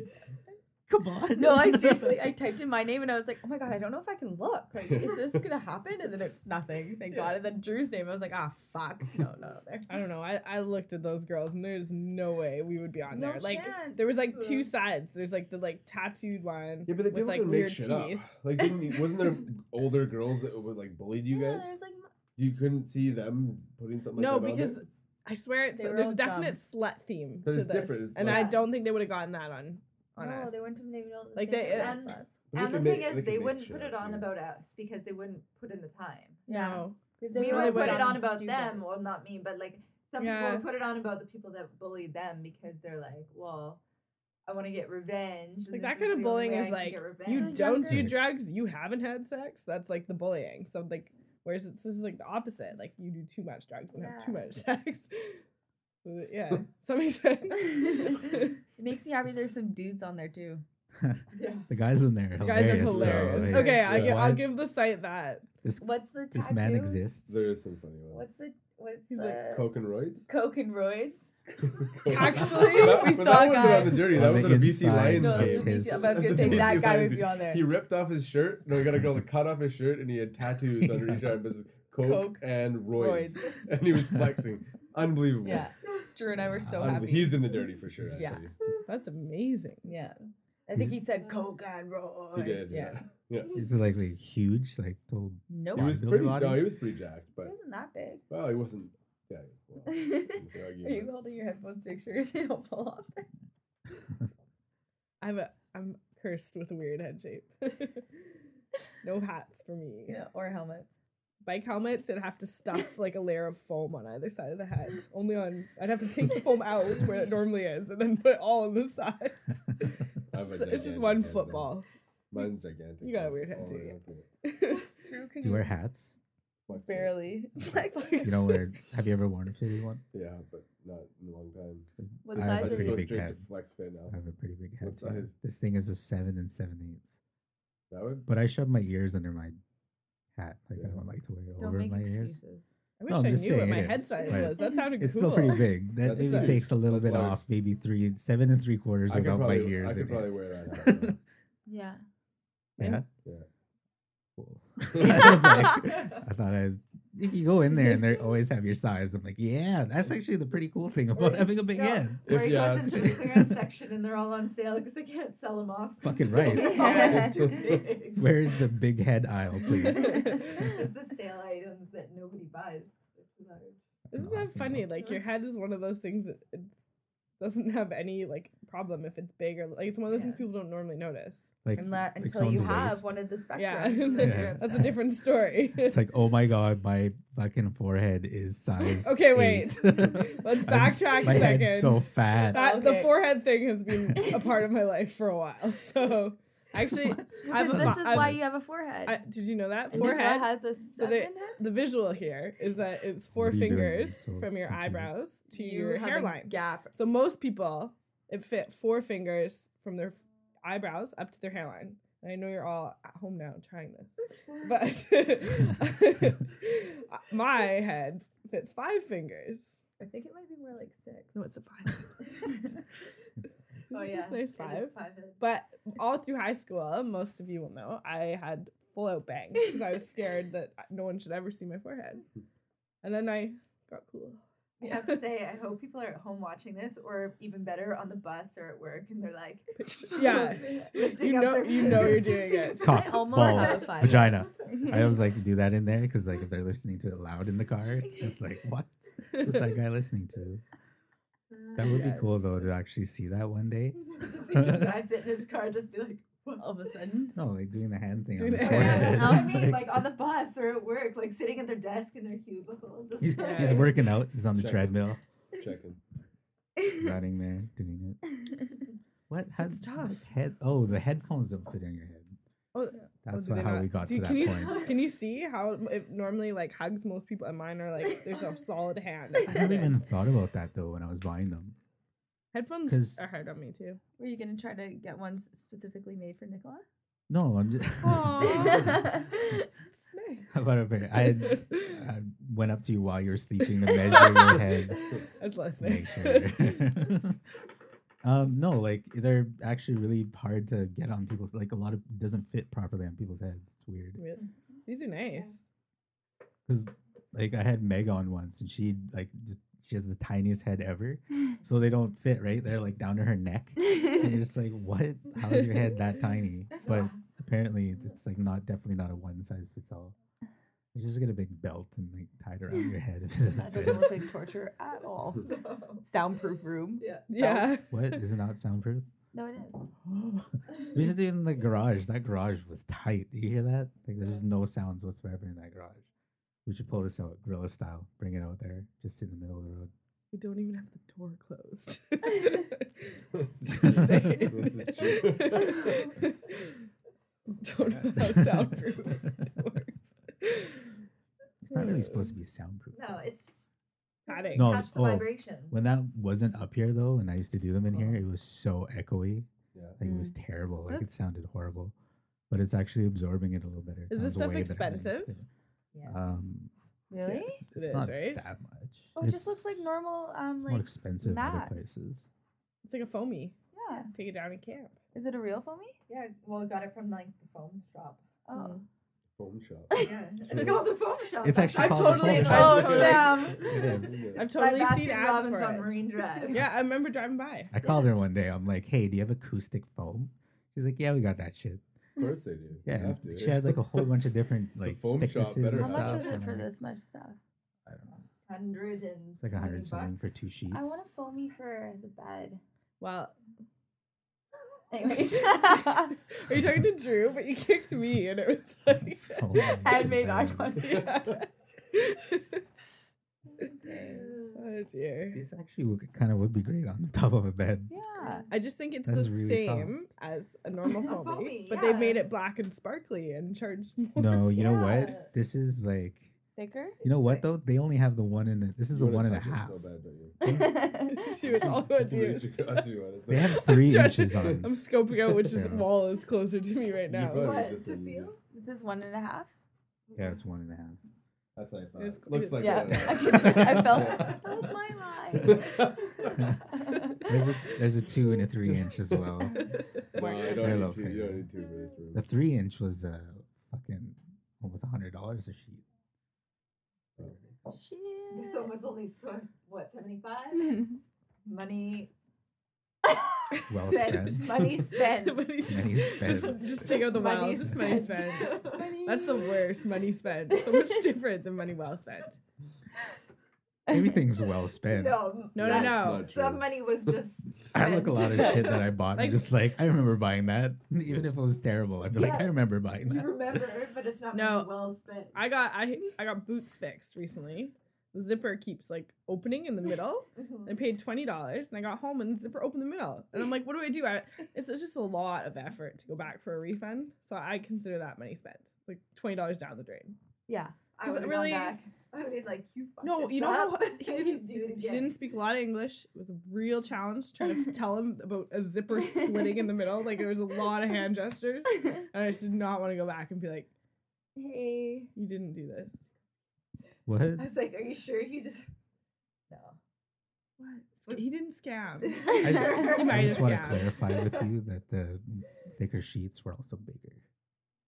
come on.
no, I seriously, I typed in my name and I was like, oh my god, I don't know if I can look. Like, is this gonna happen? And then it's nothing. Thank God. And then Drew's name, I was like, ah, fuck. No, no, there.
I don't know. I, I looked at those girls and there's no way we would be on
No
there. Like,
chance.
there was like two sides. There's like the like tattooed one
Yeah, but
with
like, people
like
can make
weird
shit
teeth.
up. Like, didn't you- wasn't there older girls that would like bullied you
Yeah,
guys?
there's, like,
You couldn't see them putting something.
No,
like that on
because
there?
I swear it's,
They were
there's
all
a
dumb.
definite slut theme
But
to
it's
this.
different, it's
And I
like-
don't think they would have gotten that on, on
no,
us.
they went to Navyville.
Like, they- uh,
And,
But they
and the
can make-
thing is,
can
they
make
wouldn't
shit
put it
up,
on
yeah.
about us because they wouldn't put in the time.
Yeah.
No.
We
were
would
went
put
on
it on about them. Well, not me, but like some people
Yeah.
would put it on about the people that bullied them because they're like, well, I want to get revenge. and
Like
this
that kind
the
of
only
bullying
way I
is
can
like
get revenge."
you
Like
don't do
younger-
drugs, you haven't had sex. That's like the bullying. So like, whereas it's, this is like the opposite. Like you do too much drugs and have too
Yeah.
much sex. So, yeah, does that make sense?
it makes me happy there's some dudes on there too.
the guys in there.
You guys are
though,
hilarious.
like,
okay, I
yeah.
gi- I'll
what?
give the site that.
This,
What's the
this
tattoo?
man exists.
There is some funny ones.
What's the what's
He's like,
the
Coke and roids.
Coke and roids?
Coke.
Actually,
That-
we
but
saw
that
a
wasn't
guy-
on the dirty.
On
That
the
was at a BC
inside
Lions
No,
of
that's
game.
the
his-
BC. I was gonna
That's the
say
BC
that guy
Lions
would be
game.
on there.
He ripped off his shirt. No, we got a girl that cut off his shirt, and he had tattoos under each arm. It was Coke,
Coke,
and roids, and he was flexing. Unbelievable.
Yeah. Drew and I were so
Unbe-
Unbe-
happy.
He's in the dirty for sure.
Yeah.
Actually.
That's amazing.
yeah. I think he said Coke and roids.
He did. Yeah.
Yeah.
Yeah.
Is it like, like huge, like total?
Nope.
He was
Bodybuilder
pretty.
body?
No, he was pretty jacked,
It
but
wasn't that big.
well, he wasn't. Yeah. Well,
Are
you could argue
you
that.
holding your headphones to make sure they don't fall off?
I'm a I'm cursed with a weird head shape. no hats for me.
Yeah, or helmets.
Bike helmets, I'd have to stuff like a layer of foam on either side of the head. Only on I'd have to take the foam out where it normally is and then put it all on the side.
I have a
It's just- it's just
gigantic
one
head, though.
football.
Mine's gigantic.
You got a
though,
weird head
all the
too,
way
yeah.
up to it.
Drew, can
Do you wear hats?
Flexed it.
barely flex?
You don't wear? Have you ever worn a fitted one?
Yeah, but not in a long time.
What
I
So
have
size
a
I
is
just
pretty
go
it?
big
straight to
head.
flex fit
I
now.
have a pretty big head.
What
too.
size?
This thing is a seven and seven eighths.
That would.
But I shove my ears under my hat. Like I
Yeah.
don't like to wear it
Don't
over
make
my ears.
excuses.
I wish
No, I'm
I
just
knew what
saying
my
it
head
is,
size
but
was. That sounded
It's
cool.
still pretty big. That
That's
maybe
large.
takes a little
That's
bit
large.
off, maybe three, seven and three quarters
I could
without
probably.
my ears.
I could
and
probably
hats.
wear that. Hat,
Yeah.
Yeah.
Yeah.
Cool.
Yeah.
I, was like, I thought I. If you go in there and they always have your size, I'm like, yeah, that's actually the pretty cool thing about
Right.
having a big
No,
head.
If
Where he
you
goes
ask-
into the clearance section and they're all on sale because they can't sell them off. 'cause
Fucking
they're
right.
all too big.
Where is the big head aisle, please?
It's the sale items that nobody buys. It's large.
Isn't that
Awesome.
funny? Like your head is one of those things that it doesn't have any like problem if it's big or like it's one of those
Yeah.
things people don't normally notice.
Like,
Unless,
like
until you
someone's
have
waist.
one of the spectrum.
Yeah,
that
Yeah.
you're
that's a
upset.
different story.
It's like, oh my god, my fucking forehead is size.
Okay, wait.
let
Let's backtrack a
my
second.
head's so fat.
that the
Okay.
forehead thing has been a part of my life for a while. So actually, I have
Because
a
this
fi-
is
I have-
why you have a forehead.
I, did you know that
And your head
forehead?
has a
So they-
seven head?
the visual here is that it's
What
four
are you doing?
fingers
I'm so
from your
confused.
eyebrows to
You
your
have a
hairline.
gap.
So most people, it fit four fingers from their eyebrows up to their hairline. And I know you're all at home now trying this, but my head fits five fingers.
I think it might be more like six.
No, it's a five.
Oh
This is
yeah,
nice
it is
five.
five-headed.
But all through high school, most of you will know, I had full out bangs because I was scared that no one should ever see my forehead. And then I got cool.
I have to say, I hope people are at home watching this, or even better, on the bus or at work, and they're like,
Yeah.
lifting
You
up
know-
their
you know you're
fingers to
doing
see
it.
the
Cock,
button.
almost have
balls,
a five.
vagina. I always like to do that in there because like if they're listening to it loud in the car, it's just like what was that guy listening to? That would be cool
Yes.
though to actually see that one day.
"Uh, to see some guy sit in his car, and just be like, "What?"
All of a sudden.
No, like doing the hand thing
Doing
on his
the
forehead.
hand.
That's what I mean,
Like,
like on the bus or at work, like sitting at their desk in their cubicle. Just
he's,
like,
he's working out. He's on the
Check it.
treadmill,
Checking.
running there, doing it. What? How,
It's tough.
what Head, oh, the headphones don't fit on your head.
Oh,
That's
Oh, do
why
they
how
not-
we got
do-
to that
can you,
point.
Can you see how it normally like hugs most people, and mine are like there's a solid hand.
I never even thought about that though when I was buying them.
Headphones
'Cause-
are hard on me too.
Were you gonna try to get ones specifically made for Nicola?
No, I'm just.
Aw.
How about a pair? I, had, I went up to you while you were sleeping to measure your head.
That's less
Make
nice.
sure. um, no, like they're actually really hard to get on people's. Like a lot of doesn't fit properly on people's heads. It's weird.
Really? These are nice.
Cause like I had Meg on once, and she like just she has the tiniest head ever, so they don't fit right. They're like down to her neck. And you're just like, what? How is your head that tiny? But apparently, it's like not definitely not a one size fits all. You just get a big belt and like tie it around your head if it doesn't
That
fit.
doesn't look like torture at all. Soundproof room.
yeah.
Yeah.
What is it not soundproof?
No, it is.
we should do it in the garage. That garage was tight. Do you hear that? Like there's no sounds whatsoever in that garage. We should pull this out gorilla style. Bring it out there, just in the middle of the road.
We don't even have the door closed. Just saying.
this is true.
don't know how soundproof it works.
It's not really supposed to be soundproof.
No, it's just
Padding.
No,
catch the
oh.
vibration.
When that wasn't up here though, and I used to do them in here,
Uh-huh.
it was so echoey.
Yeah.
Like it was terrible. Like it
That's-
sounded horrible. But it's actually absorbing it a little better. It
Is this
sounds
stuff
way better than I used
expensive?
to.
Yes.
Um,
Really?
Yes, it
it's
is,
not
right?
that much.
Oh, it just looks
It's-
like normal. Um,
It's
like
more expensive other
mats.
places.
It's like a foamy.
yeah.
Take it down and camp.
Is it a real foamy?
yeah, well, I got it from like the foam shop.
Oh.
Mhm.
Phone shop.
Yeah, it's called the foam shop.
It's actually
I'm
called the
Oh, totally
foam
in
shop.
love
Oh,
with it.
damn.
It is.
I've
By
totally seen
Baskin
ads
Robbins on
for it.
Marine Drive.
Yeah, I remember driving by.
I called her one day. I'm like, hey, do you have acoustic foam? She's like, yeah, we got that shit.
Of course they do.
Yeah,
You have to.
she had like a whole bunch of different
The
like
foam chop
thicknesses
better
and
How
How
stuff.
much
much
was it
and
for
I'm like,
this much stuff?
I don't know.
Hundred and
It's like a hundred something for
bucks.
two sheets.
I want to foamy for the bed.
Well,
Anyways.
are you talking to Drew? But you kicked me, and it was like
Foamy for
I
the
made eye
bed.
contact.
Yeah. oh dear.
These actually would, kind of would be great on the top of a bed.
Yeah.
I just think it's
That's
the
really soft.
same as a normal
A
foamy,
foamy,
but they
yeah.
made it black and sparkly and charged more.
No, you know
Yeah.
what? This is like,
Thicker?
you know what though? They only have the one in the. This is
You
the one and
wanna
a
touch it
half.
So bad, don't you?
She was all about
People
to
reach across you on it.
They have
It's
three
I'm trying to-
inches on.
I'm scoping out which is
Yeah.
wall is closer to me right
You
now.
probably-
What
Just
to
one
feel?
Is this one and a half?
Yeah, it's one and a half.
That's what I thought.
It's-
Looks
it's-
like
yeah.
that.
I felt
Yeah.
that was my line.
There's a there's a two and a three inch as well.
No,
Works.
I
They're
don't
low
need two. You
pay.
don't need two for this room.
The three inch was uh fucking almost a hundred dollars a sheet.
Shit.
This one was only so what seventy five money.
Well
spent.
spent.
Money spent.
Money
Money
just,
spent.
just take out the
money
wow. Just money spent. That's the worst money spent. So much different than money well spent.
Everything's well spent.
No,
No, no,
That's
that's-
no.
not true.
Some money was just.
I look a lot of
spent.
shit that I bought.
Like-
I'm just like, I remember buying that, even if it was terrible. I'd be like, I
Yeah.
remember buying
You
that.
remember, but it's not
No.
money well spent.
I got I I got boots fixed recently. The zipper keeps like opening in the middle.
Mhm.
I paid twenty dollars and I got home and the zipper opened the middle. And I'm like, what do I do? I, it's, it's just a lot of effort to go back for a refund. So I consider that money spent. Like twenty dollars down the drain.
Yeah.
I
Because
would
really-
really, back. I would be like, you fucked
No,
this
you know how
up.
he
I
didn't,
do it again.
he didn't speak a lot of English. It was a real challenge trying to tell him about a zipper splitting in the middle. Like there was a lot of hand gestures, and I just did not want to go back and be like,
hey.
"You didn't do this."
What?
I was like, are you sure he just? No.
What? Sc- He didn't scam.
I,
You might
I just
as
want to
well.
clarify with you that the thicker sheets were also bigger.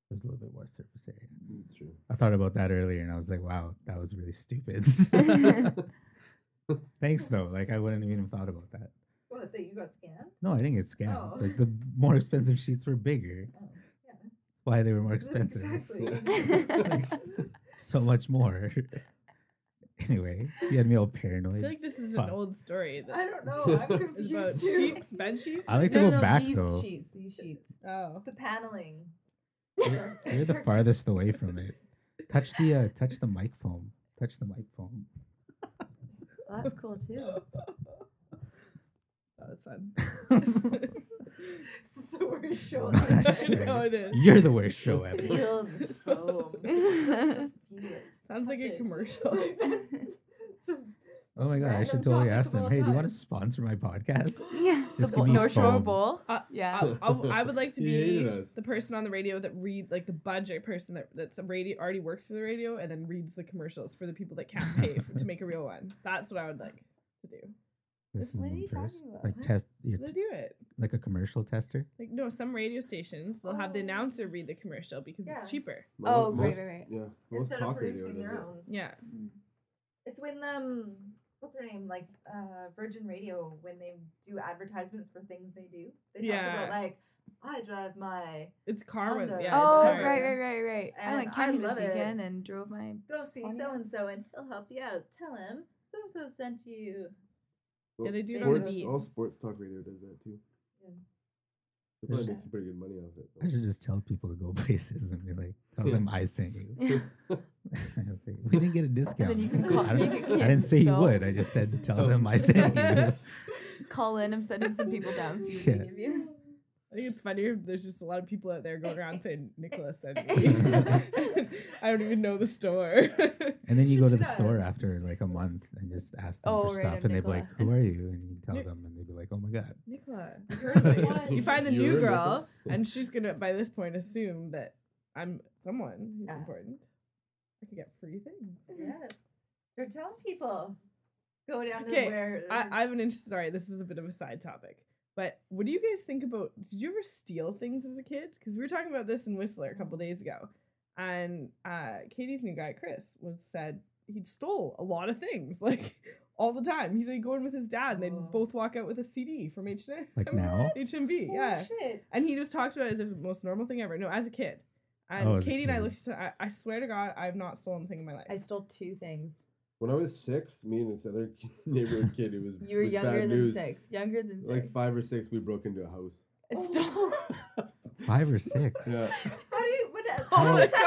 There's a little bit more surface area.
It's true.
I thought about that earlier and I was like, wow, that was really stupid. Thanks though. Like I wouldn't even have thought about that.
What? That you got scammed?
No, I think it's scam.
Oh.
Like the more expensive sheets were bigger.
Oh, yeah.
Why they were more expensive.
Exactly.
So much more. anyway, you had me all paranoid.
I feel like this is an
Fuck.
old story
I
that
don't know. I'm
is about
confused too.
sheets, bed sheets.
I like to go back
these
though.
Sheets, these sheets.
Oh,
The paneling.
You're, you're the farthest away from it. Touch the uh, touch the mic foam. Touch the mic foam.
Well, that's cool too.
that was fun.
This is the worst show.
Not
I've
I
sure.
ever-
know it is.
You're the worst show ever.
Feel the foam. Just feel it.
Sounds like
Touch
a
it.
commercial.
It's a-
Oh my god, I
Random
should totally
topic
ask
of
them.
all
Hey, do you want to
time.
sponsor my podcast?
yeah.
Just give
the bo-
me
North Shore
foam.
Bowl.
Uh,
yeah.
I, I, I would like to
You hated
be
us.
the person on the radio that read like the budget person that that's a radio already works for the radio and then reads the commercials for the people that can't pay for, to make a real one. That's what I would like to do.
Listen
What
to
are
them
you talking about?
Like test your
They
t-
do it.
like a commercial tester.
Like no, some radio stations they'll have the
Oh.
announcer read the commercial because
Yeah.
it's cheaper.
Mo-
Oh, right,
most-
right, right.
Yeah, most
Instead of
talk radio
producing
does
their
it.
own.
Yeah.
Mm-hmm.
It's when um, what's her name? Like uh, Virgin Radio when they do advertisements for things they do. They talk
Yeah.
about like I drive my
It's car one.
Honda.
Yeah, it's
Oh,
sorry.
right,
car.
right, right, right. I
And
went
I
camping this
love it.
weekend and drove my.
go see
Spawny
so
out.
and so and he'll help you out. Tell him so and so sent you.
Well,
Yeah, they do it on the
sports,
beat.
all sports talk radio does that too.
Yeah.
They probably
Yeah.
make some pretty good money off it.
I should just tell people to go places and be like, tell them I sent you.
Yeah.
we didn't get a discount.
you can call-
I, don't-
you can-
I didn't say
so-
you would. I just said to
Oh,
tell them I sent you.
Call in. I'm sending some people down. See what
Yeah.
they give you.
I think it's funnier. if There's just a lot of people out there going around saying Nicholas said me. I don't even know the store.
And then you go to the
Yeah.
store after like a month and just ask them
Oh,
for
right,
stuff,
I'm
and they'd be like,
Nicola.
"Who are you?" And you tell
You're-
them, and they'd be like, "Oh my god."
Nicola, you heard of me.
What?
You find the
You
new
remember.
girl, and she's gonna by this point assume that I'm someone who's
Yeah.
important. I could get free things.
Yeah. You're telling people. Go down
Okay,
to where um,
I, I have an interest. Sorry, this is a bit of a side topic, but what do you guys think about? Did you ever steal things as a kid? Because we were
Mm-hmm.
talking about this in Whistler a couple days ago, and uh, Katie's new guy Chris was said he stole a lot of things like all the time. He's like going with his dad, and they
Oh.
would both walk out with a CD from H
Like now?
HMV, yeah.
Oh, shit.
And he just talked about it as if it was the most normal thing ever. No, as a kid. And
Oh, as a
Katie and I
kid.
looked at each other, I, I swear to God, I've not stolen a thing in my life.
I stole two things.
When I was six, me and this other kid- neighborhood kid, it was
You were
was
younger
bad
than
news.
six. Younger than six.
Like five Oh. or six, we broke into a house.
I stole.
Five or six.
Yeah,
How do you? What,
Oh
how
my
does that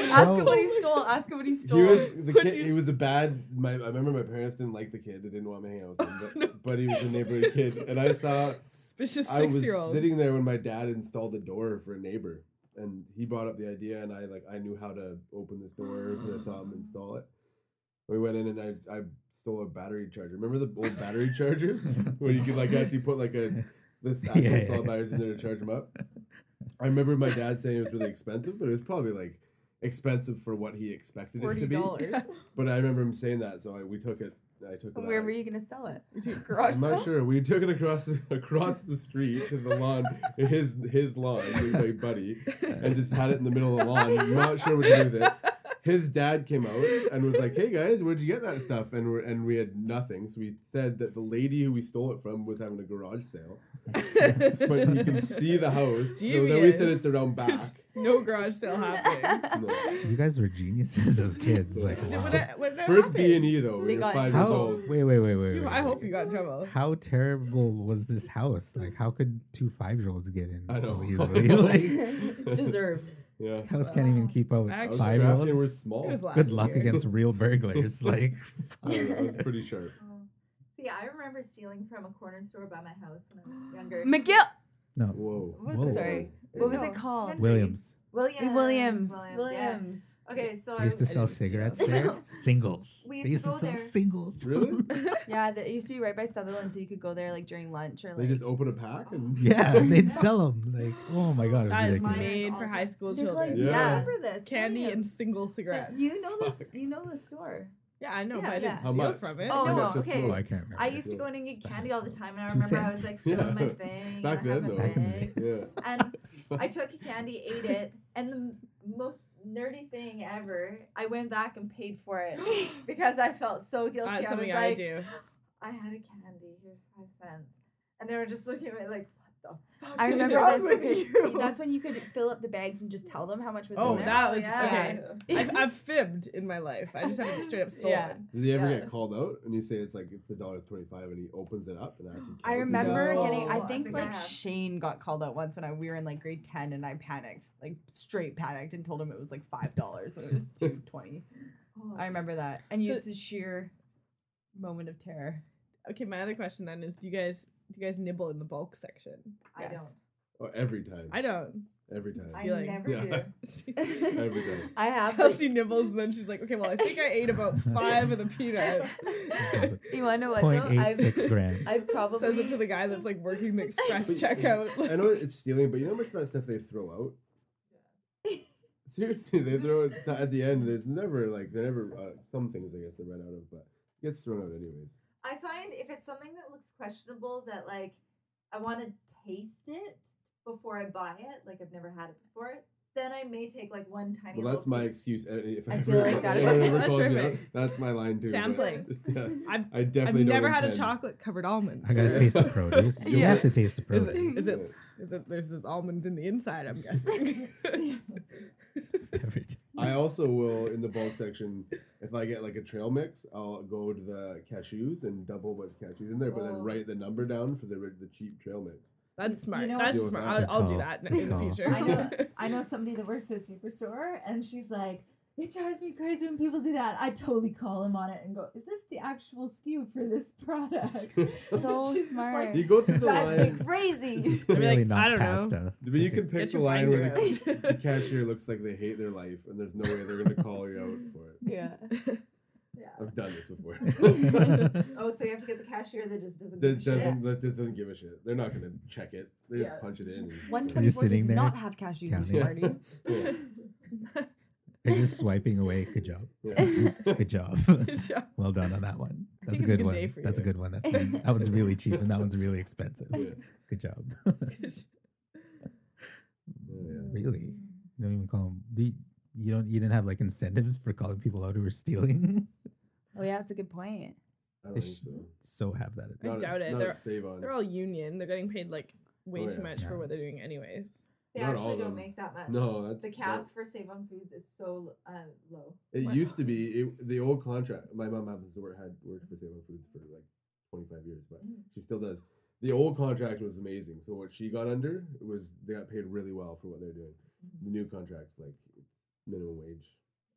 God.
happen?
Ask
Oh.
him what he stole. Ask him what he stole.
he was the
Would
kid.
you
He was a bad. My I remember my parents didn't like the kid. They didn't want me to hang out with him, but, but he was a neighborhood kid, and I saw
Suspicious
I
six
was
year old.
sitting there when my dad installed a door for a neighbor, and he brought up the idea, and I like I knew how to open this door because I saw him install it. We went in, and I I stole a battery charger. Remember the old battery chargers where you could like actually put like a this actual
Yeah, yeah.
solid batteries in there to charge them up. I remember my dad saying it was really expensive, but it was probably like expensive for what he expected it
Forty
to be.
dollars.
But I remember him saying that, so I, we took it. I took it.
Where
out.
were you gonna sell it?
I'm not sure. We took it across the, across the street to the lawn, his his lawn, to my buddy, and just had it in the middle of the lawn. I'm not sure what to do with it. His dad came out and was like, "Hey guys, where'd you get that stuff?" And we and we had nothing, so we said that the lady who we stole it from was having a garage sale, but you can see the house. So then we said
Devious.
it's around back.
There's no garage sale happening.
No.
You guys were geniuses as kids. Like
Did-
wow.
What, I- what did I
First
happen?
B and E though, when
They
you're
got
five years
how?
old.
Wait, wait, wait, wait.
You-
wait,
I
wait.
hope you got in trouble.
How terrible was this house? Like, how could two five-year-olds get in
I
so
know.
easily? Like,
Deserved.
Yeah,
house can't even keep up
I
with
actually-
five years. We're
five-year-olds.
It
small.
was last
Good luck
year.
against real burglars. Like,
I don't know, I was pretty sharp.
Oh. See, I remember stealing from a corner store by my house when I was younger.
McGill.
no,
Whoa.
What
Whoa.
was,
Sorry.
There's
What was
no-
it called?
Henry.
Williams.
Williams.
Williams.
Williams. yeah.
Williams.
Okay, so
They used to
I,
sell
didn't steal.
cigarettes there. Singles.
We
They used
used to
to
go
sell
there.
singles.
Really?
Yeah, that it used to be right by Sutherland, so you could go there like during lunch or like.
They just open a pack and
Yeah, and they'd sell them. Like, oh my god, it was
That is
ridiculous.
mine.
made for high school
They're like,
children.
Yeah.
I remember this.
Candy and
Williams.
single cigarettes.
You know this.
Fuck.
You know the store.
Yeah, I know,
Yeah,
but I
yeah.
didn't
How
steal
much?
from it.
Oh,
How
no,
much is
okay.
small?
Oh, I can't remember.
I used to go in and get candy all the time, and I
Two
remember I was
cents.
like filling my
Yeah.
thing.
Back
and I
then,
have a
though.
Back in the
bag.
Yeah.
And I took a candy, ate it, and the most nerdy thing ever, I went back and paid for it because I felt so guilty.
That's
I was
something
like, "Oh,
I do.
I had a candy. Here's five cents, and they were just looking at me like, "What the fuck
I
is
remember
wrong
that's,
with you?"
that's when you could fill up the bags and just tell them how much was
Oh,
in there.
that was
Yeah.
okay. I've, I've fibbed in my life. I just haven't straight up stolen.
Yeah.
Did they ever
Yeah.
get called out? And you say it's like it's a dollar twenty-five, and he opens it up and actually. counts
I
it
remember
down.
getting. I
No, I
think
think I
like
have.
Shane got called out once when I we were in like grade ten, and I panicked, like straight panicked, and told him it was like five dollars when it was two twenty.
Oh.
I remember that, and you
So-
it's a sheer moment of terror.
Okay, my other question then is: Do you guys do you guys nibble in the bulk section?
I
Yes.
don't.
Oh, every time.
I don't.
every time.
I
Stealing.
never
Yeah.
do.
every time.
I have. Like,
Kelsey nibbles, and then she's like, "Okay, well, I think I ate about five of the peanuts."
you want to know what? though?
Point eight
I've,
six grams.
I've probably.
Says it to the guy that's like working the express
But-
checkout.
I know it's stealing, but you know how much of that stuff they throw out. Seriously, they throw it th- at the end. There's never like they never uh, some things I guess they run out of, but it gets thrown out anyways.
I find if it's something that looks questionable, that like I want to taste it before I buy it, like I've never had it before, then I may take like one tiny.
Well, that's
little
my
piece.
excuse. uh, If
I
ever-
feel like that-
anyone ever
that's
calls me out,
perfect.
that's my line too. but-
Sampling.
Yeah,
I've
I
I've
definitely. don't
never had a
intend-
chocolate covered almond.
I gotta taste the produce. You
Yeah.
have to taste the
Is it-
produce.
is it- Is it- There's almonds in the inside. I'm guessing.
Everything.
I also will in the bulk section. If I get like a trail mix, I'll go to the cashews and dump a whole bunch of cashews in there, but then
Oh.
write the number down for the the cheap trail mix.
That's smart.
know-
That's
Deal with
smart.
that.
I'll, I'll do
Good
that in
call.
the
Good
future.
call. I know. I know somebody that works at a superstore, and she's like, "It drives me crazy when people do that." I totally call them on it and go, "Is this the actual SKU for this product?"
So
She's just
smart.
You go through the
Drives me
line,
crazy.
I'd be
Clearly
like,
not
I don't know.
pasta.
but you can pick
Get
the
your mind
line where the,
around.
the cashier looks like they hate their life, and there's no way they're gonna call you out for it.
yeah.
Yeah.
I've done this before.
Oh, so you have to get the cashier that just doesn't.
that
give a shit.
doesn't that just doesn't give a shit. They're not gonna check it. They just
Yeah.
punch it in. and-
One
You're
twenty
just
four
sitting
does
there,
not have cashews and
counting.
smarties.
Yeah.
You're just swiping away. Good job.
Yeah.
Good job.
Good job.
well done on that one.
I
That's a
think it's a
good
good day
one.
for
That's a
you.
good one. That's good. That one's really cheap and that one's really expensive.
Yeah.
Good job.
Yeah.
really? You don't even call them. Do you, you don't you didn't have like incentives for calling people out who were stealing.
Oh yeah, that's a good point.
I don't
They
think
should
so.
so have that.
I
Not at-
doubt it.
not
They're-
at save on.
They're all union. They're getting paid like way
Oh, yeah.
too much for what they're
Yeah.
doing, anyways.
They
Not all
actually
of
don't
them.
make that much.
no, that's
The
that-
cap for Save on Foods is so uh, low.
It
Wow.
used to be it, the old contract. My mom happens to work had worked for Save On Foods for like twenty five years, but
Mm.
Mhm.
she still does. The old contract was amazing. So what she got under was they got paid really well for what they're doing.
Mm-hmm.
The new contract's like it's minimum wage,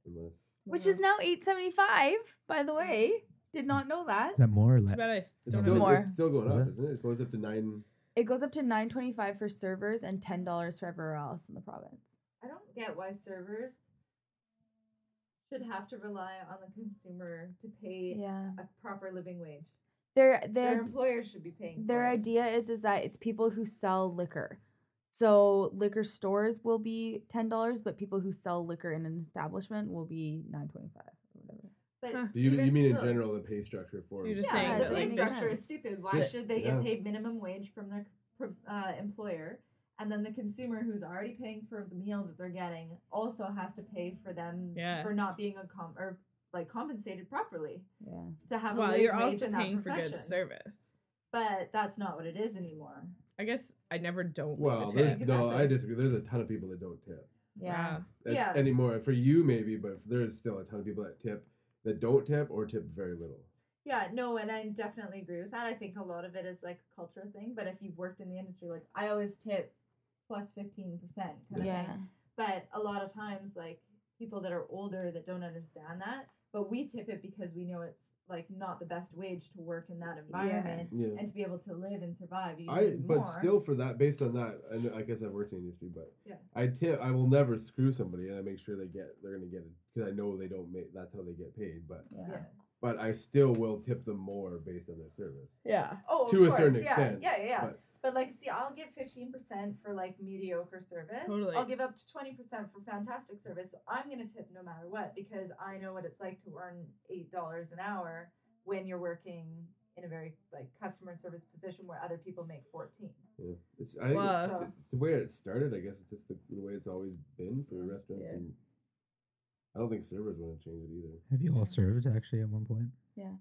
unless
Which is
Yeah.
now eight seventy five. By the way, did not know that.
Is that more or
Too
less?
bad I s-
it's
don't
still
know.
more.
it's still going
Is
up,
it?
isn't it? It goes up to nine.
It goes up to nine twenty five for servers and ten dollars for everywhere else in the province.
I don't get why servers should have to rely on the consumer to pay
Yeah,
a proper living wage.
their
Their
their
employer should be paying.
their
for it.
idea is is that it's people who sell liquor. So liquor stores will be ten dollars, but people who sell liquor in an establishment will be nine twenty five or whatever.
But
Huh.
Do you,
even
you mean in
still-
general the pay structure for
You're just
yeah,
saying
the
that,
pay
like,
structure is stupid. Why
just-
should they
yeah.
get paid minimum wage from their pro- uh, employer, and then the consumer who's already paying for the meal that they're getting also has to pay for them
Yeah.
for not being a com or like compensated properly
Yeah,
to have a
Well,
living
you're
wage
also
in that
paying for good
profession.
service.
But that's not what it is anymore.
I guess I never don't.
Well,
Well,
there's
tip.
no, I
Exactly.
disagree. There's a ton of people that don't tip
yeah.
That's-
Yeah.
anymore. For you, maybe, but there's still a ton of people that tip that don't tip or tip very little.
Yeah, no, and I definitely agree with that. I think a lot of it is like a culture thing, but if you've worked in the industry, like I always tip plus 15% kind of
yeah.
thing. But a lot of times, like people that are older that don't understand that, but we tip it because we know it's like not the best wage to work in that environment
Yeah.
and to be able to live and survive. You
I
need
but
more.
still for that based on that I, know, I guess I've worked in the industry but
Yeah.
I tip I will never screw somebody and I make sure they get they're gonna get it because I know they don't make that's how they get paid but
Yeah.
but I still will tip them more based on their service
yeah.
Oh, of
to a
course,
certain
yeah,
extent,
Yeah, yeah, yeah. But,
but-
like, see, I'll give fifteen percent for like mediocre service.
Totally.
I'll give up to twenty percent for fantastic service. So I'm gonna tip no matter what because I know what it's like to earn eight dollars an hour when you're working in a very like customer service position where other people make fourteen.
yeah. it's, I think it's,
Well-
it's the way it started I guess it's just the, the way it's always been for restaurants
Yeah.
and I don't think servers want to change it either
Have you all served actually at one point?
Yeah.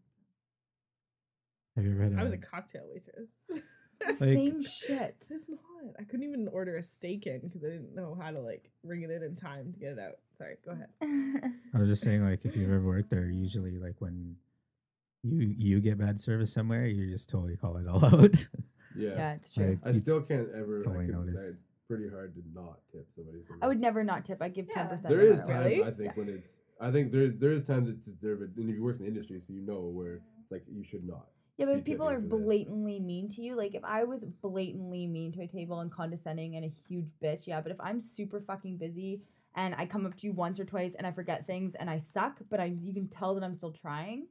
Have you ever had?
I was a cocktail waitress.
Like-
Same shit.
it's not. I couldn't even order a steak in because I didn't know how to like ring it in in time to get it out. Sorry, go ahead.
Oh,
I was just saying, like, if you've ever worked there, usually, like, when you you get bad service somewhere, you just totally call it all out.
yeah,
yeah, it's true.
Like-
I still can't ever
It's all
I
I
could-
notice.
It's pretty hard to not tip somebody for
I
that.
would never not tip. I give
Yeah.
ten percent.
There is
matter what.
times
Really?
I think when it's I think there's there's times it's deserved, and if you work in the industry, so you know where it's like you should not.
Yeah, but
You
if
tip
people
me
are
for this.
blatantly mean to you, like if I was blatantly mean to a table and condescending and a huge bitch, yeah, but if I'm super fucking busy and I come up to you once or twice and I forget things and I suck, but I you can tell that I'm still trying,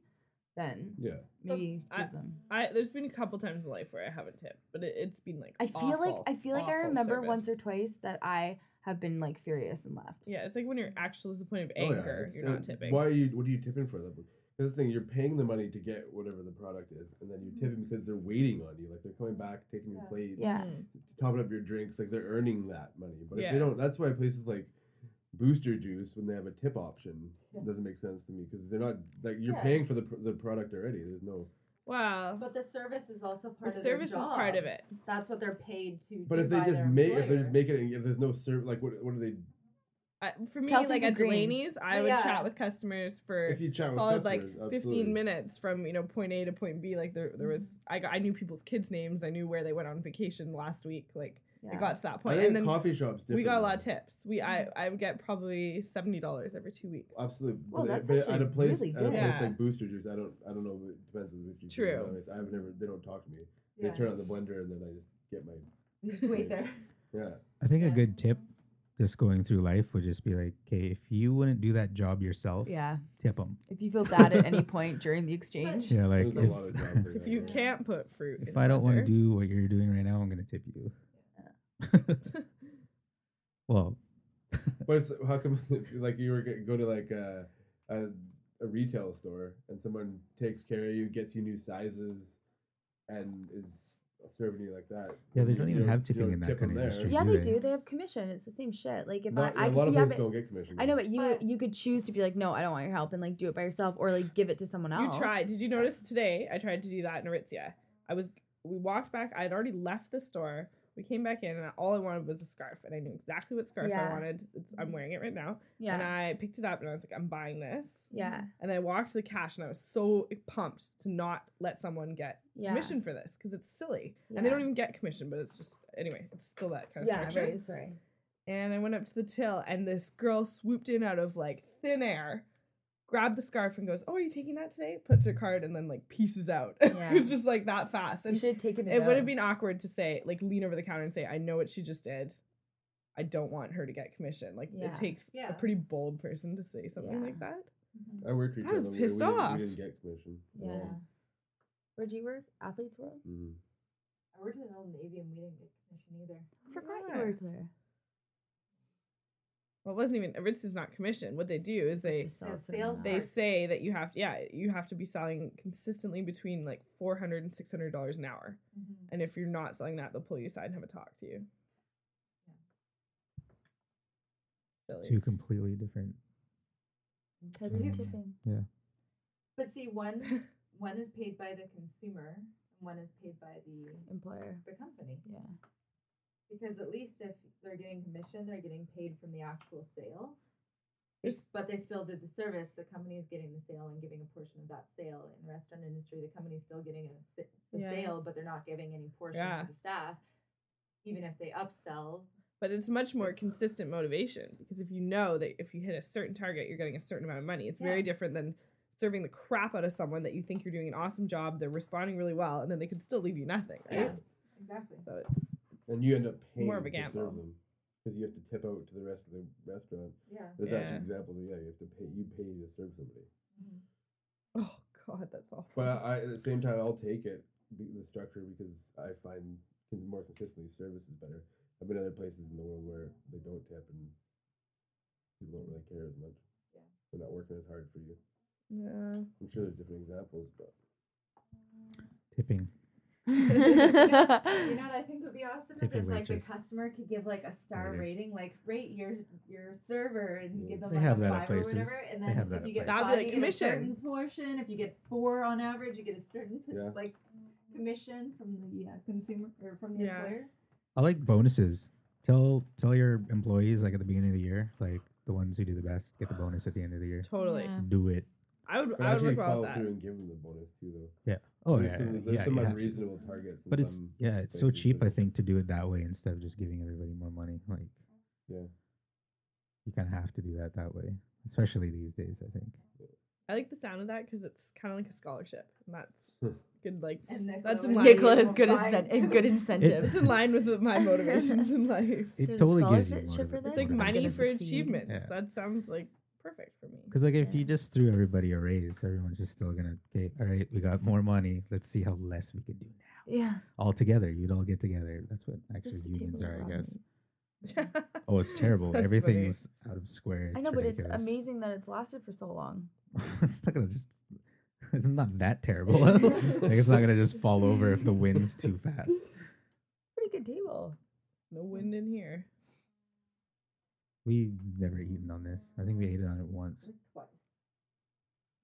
then
Yeah,
maybe
I-
give them.
I there's been a couple times in life where I haven't tipped, but it, it's been like
I feel like
awful,
I feel like I
awful
remember
service.
once or twice that I have been like furious and left.
Yeah, it's like when you're actual to the point of
Oh, yeah,
anger,
it's-
you're not
uh,
tipping.
Why are you? What are you tipping for? Because the thing you're paying the money to get whatever the product is, and then you tip them because they're waiting on you, like they're coming back, taking your
Yeah.
plates,
Yeah.
Mm.
topping up your drinks, like they're earning that money. But if
Yeah.
they don't, that's why places like Booster Juice, when they have a tip option,
Yeah.
doesn't make sense to me because they're not like you're
Yeah.
paying for the pr- the product already. There's no.
Wow.
But the service is also
The
part of
service is
their job.
part of it.
That's what they're paid to.
But
do
if they
by
just
their
make if they
employer.
just make it and if there's no serve like what what do they
I, for me,
Kelsey's
like at
agreeing.
Delaney's, I
But
would
yeah.
chat with customers for
if you chat with
solid
customers,
like 15
absolutely.
minutes from you know point a to point b like there, there was I, got, I knew people's kids names i knew where they went on vacation last week like
Yeah.
it got to that
I
point
think
and then
coffee shops.
we got a
different,
lot of
though.
tips we i
Mm-hmm.
i would get probably $70 every two weeks
Absolutely,
Oh,
Well,
but,
that's
but at a
actually
place
really
at a
good.
place
Yeah.
like Booster Juice, I don't I don't know. It depends on the Booster Juice.
True.
Anyways, I've never they don't talk to me.
yeah.
They turn on the blender and then I just get my
You just wait there.
yeah.
I think a
Yeah.
good tip, just going through life, would just be like, okay, if you wouldn't do that job yourself,
Yeah.
tip them.
If you feel bad at any point during the exchange.
Yeah, like
There's a
if,
lot of jobs like
if
that,
you
yeah.
can't put fruit
if
in
I don't want to
leather-
do what you're doing right now, I'm gonna tip you. well,
But it's, how come if, you- like you were g- go to like a, a a retail store and someone takes care of you, gets you new sizes, and is serving you like that.
Yeah, they
you-
don't
you
even have tipping
you don't
in that
tip
kind
'em
of industry.
Yeah,
do
they
they?
do. They have commission. It's the same shit. Like if
Not-
I, I
a lot of
yeah,
places
but-
don't get commission.
I know, but you
But-
you could choose to be like, no, I don't want your help, and like do it by yourself, or like give it to someone else.
You tried. Did you notice today? I tried to do that in Aritzia. I was. We walked back. I had already left the store. We came back in, and all I wanted was a scarf, and I knew exactly what scarf
Yeah. Mm-hmm.
I wanted. It's, I'm wearing it right now, and
Yeah,
I Mm-hmm. picked it up, and I was like, "I'm buying this."
yeah,
And I walked to the cash, and I was so pumped to not let someone get
yeah.
commission for this because it's silly, and
Yeah.
they don't even get commission. But it's just anyway, it's still that kind of
yeah,
structure.
right, sorry.
And I went up to the till, and this girl swooped in out of like thin air, grabbed the scarf, and goes, "Oh, are you taking that today?" Puts her card, and then like pieces out.
Yeah.
it was just like that fast,
You
and
should have taken the
it would have
note.
been awkward to say, like, lean over the counter and say, "I know what she just did. I don't want her to get commission." Like,
Yeah.
it takes
Yeah.
a pretty bold person to say something
Yeah.
like that.
Mm-hmm.
I worked retail.
was
though, we-
pissed
we didn't-
off.
We didn't get commission. at
Yeah.
all.
Where do you work? Athletes World.
Mhm.
I worked at an old Navy and we didn't get commission either.
I forgot
Yeah.
you worked there.
Well, it wasn't even Ritz is not commission. What they do is they
Just sell
Yeah,
a certain
sales
amount.
they
Cards.
say that you have to yeah you have to be selling consistently between like 400 and 600 dollars an hour and if you're not selling that they'll pull you aside and have a talk to you Silly.
Two completely different.
That's
Mm.
interesting.
But see, one one is paid by the consumer, and one is paid by the
Employer.
the company.
Yeah.
Because at least if they're getting commission, they're getting paid from the actual sale.
There's-
But they still did the service. The company is getting the sale and giving a portion of that sale. In restaurant industry, the company's still getting a, sa- the
Yeah.
sale, but they're not giving any portion
Yeah.
to the staff, even if they upsell.
but it's much more consistent motivation because if you know that if you hit a certain target you're getting a certain amount of money it's very
Yeah.
different than serving the crap out of someone that you think you're doing an awesome job they're responding really well and then they could still leave you nothing right
Yeah, exactly.
so it,
And you end up paying
More of a
to serve
gamble.
them because you have to tip out to the rest of the restaurant.
Yeah.
There's
Yeah.
actually examples. Of, yeah, you have to pay. You pay to serve somebody.
oh god that's awful
But uh, I, I, at the same time, I'll take it be- the structure because I find con- more consistently service is better. I've been to other places in the world where they don't tip and people don't really care as much.
Yeah.
They're not working as hard for you.
yeah
I'm sure there's different examples, but
Tipping.
You know what I think would be awesome
Take
is
your
if like the
wages.
customer could give like a star
Later.
rating, like rate your your server and
Yeah.
give them
They
like
have
a
that at
five
places.
or whatever, and
They
then
have
if
that at
you get
places.
five,
That'd be like
you get a certain
commission.
portion. If you get four on average, you get a certain p-
Yeah.
like commission from the uh, consumer or from the
Yeah.
employer.
I like bonuses. Tell tell your employees like at the beginning of the year, like the ones who do the best get the bonus at the end of the year.
totally
Yeah.
Do it.
i would
but
i would
actually
work well
follow
with that
through and give them the bonus too, though.
Oh
there's
yeah,
some,
yeah,
there's some
you have to.
unreasonable targets. in
But it's
some
yeah, it's so
places
cheap.
that
I
are-
think to do it that way instead of just giving everybody more money. Like
Yeah.
you kind of have to do that that way, especially these days. I think.
I like the sound of that because it's kind of like a scholarship, and
Hmm.
that's good. Like
And Nicola
that's in
would-
line.
Nicola
with,
is
Nicholas,
won't
good,
buy.
incent- and good
it's
incentives.
in line with my motivations in life.
It
There's a
totally gives you
scholarship for
motiva-
this?
It's like
I'm
money
gonna
for
succeed.
achievements.
Yeah.
That sounds like perfect for me.
Because like if
Yeah.
you just threw everybody a raise, everyone's just still gonna okay, all right, we got more money. Let's see how less we can do now.
yeah.
All together, you'd all get together. That's what actually
Just the
unions
table
are, I
around
guess.
me.
Oh, it's terrible.
That's funny.
Everything's out of square.
I know, but
ridiculous.
it's amazing that it's lasted for so long.
it's not gonna just. It's not that terrible. like it's not gonna just fall over if the wind's too fast.
Pretty good table.
no wind in here.
We've never eaten on this. I think we ate it on it once.
What?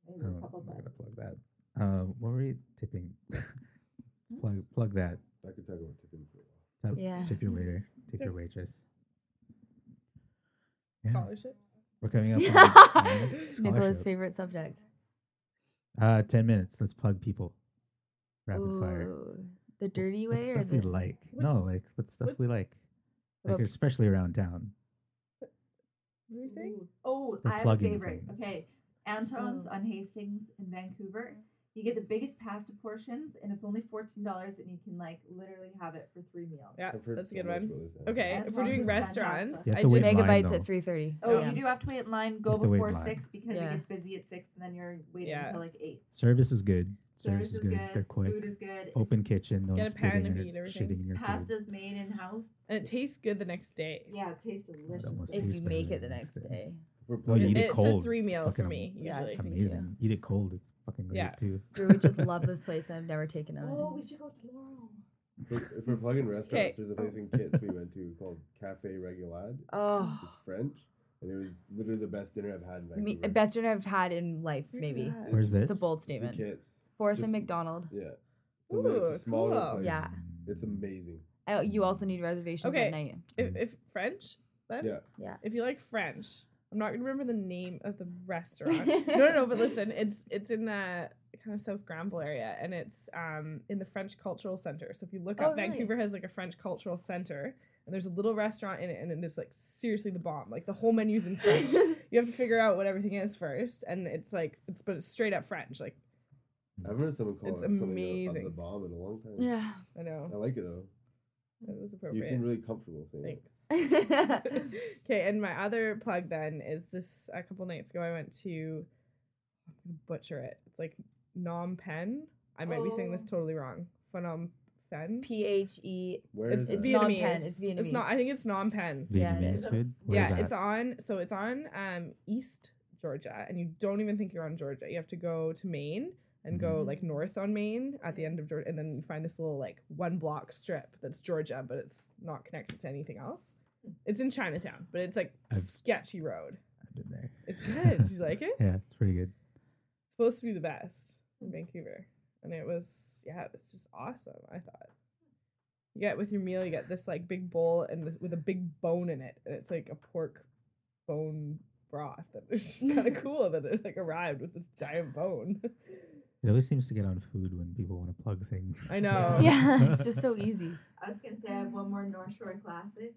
Maybe
I
a
don't
couple
know. I'm
bucks.
gonna plug that. Uh, what were we tipping? plug plug that.
I could talk about tipping for a while.
Tap-
Yeah.
Tip your waiter. Tip your waitress. Yeah.
Scholarship.
We're coming up on
Nicola's
scholarship.
favorite subject.
uh, ten minutes. Let's plug people. Rapid fire.
Ooh, The dirty
What
way or
stuff we
the
like?
What-
no, like what stuff
what-
we like. Like
Well-
especially around town.
What do you think?
Ooh. Oh,
They're
I have a
plugging
favorite.
things.
Okay, Anton's
Oh.
on Hastings in Vancouver. You get the biggest pasta portions, and it's only fourteen dollars, and you can like literally have it for three meals.
Yeah,
I've heard
that's a
so
good
much
one.
about this ad.
Okay,
That's
if we're doing
awesome.
restaurants,
You
have to
I just
wait in line.
megabytes
though.
at 3.30.
Oh,
yeah.
you do have to wait in line.
You
Go
have to wait
before
in line.
six because
Yeah.
it gets busy at six, and then you're waiting
Yeah.
until like eight.
Service is good. Service, is good. They're quick.
Food is good.
Open kitchen. No
Get a
one's
pan
spitting
of
or
eat everything.
shitting in your food.
Pasta's made in house.
and it tastes good the next day.
Yeah, it tastes delicious.
Oh, almost
If
tastes
you
better
make
than
it the next day.
We're
Well, you
plugging-
eat it
it's a
cold.
three
It's
meal for
fucking
me
Yeah,
usually.
me too.
Amazing. Eat it cold. It's fucking great
Yeah.
too.
Drew would just love this place and I've never taken him.
Oh, we should go tomorrow.
For- If we're plugging
Okay.
restaurants, there's a place in Kits we went to called Cafe Regulade.
Oh,
It's French, and it was literally the best dinner I've had in Vancouver.
me, best dinner I've had in life,
Look at
maybe.
that.
Where's this?
It's a bold
It's in
statement.
Kits.
Fourth
Just-
and McDonald.
Yeah. So then
Ooh,
it's a smaller
cool.
place.
Yeah.
Ah. It's amazing.
Oh, you also need reservations
Okay.
at night.
If, if French, then
Yeah.
if you like French, I'm not gonna remember the name of the restaurant. no, no, no. But listen, it's it's in that kind of South Granville area, and it's um in the French Cultural Center. So if you look
Oh,
up,
really?
Vancouver has like a French Cultural Center, and there's a little restaurant in it, and it is like seriously the bomb. Like the whole menu's in French. you have to figure out what everything is first, and it's like it's but it's straight up French. Like
I haven't heard someone call
It's
it something of- of the
amazing.
bomb in a long time.
yeah.
I
I
know
like it though.
it was
You
appropriate.
seem really comfortable saying it.
Thanks. okay, and my other plug then is this a couple nights ago I went to I'm gonna butcher it. It's like Nom Pen. I might be saying this
Oh.
totally wrong. Phnom Pen.
P H E.
Where
It's
is that?
it's
Vietnamese.
Phnom Penh, it's
It's not
Vietnamese.
I think it's Nom Pen.
Yeah, it
Vietnamese
is.
food? Where is
yeah,
that?
it's on so it's on um East Georgia and you don't even think you're on Georgia. You have to go to Maine and go
Mm-hmm.
Mhm.
like north on Maine at the end of Georgia and then you find this little like one block strip that's Georgia but it's not connected to anything else. It's in Chinatown, but it's like
I've-
sketchy road.
I've been there.
It's good. Do you like it?
Yeah, it's pretty good.
It's supposed to be the best in Vancouver. And it was, yeah, it was just awesome, I thought. You get with your meal, you get this like big bowl and th- with a big bone in it. And it's like a pork bone broth. And it's just kind of cool that it like arrived with this giant bone.
It always seems to get on food when people want to plug things.
I know.
yeah, it's just so easy.
I was gonna say I have one more North Shore classic,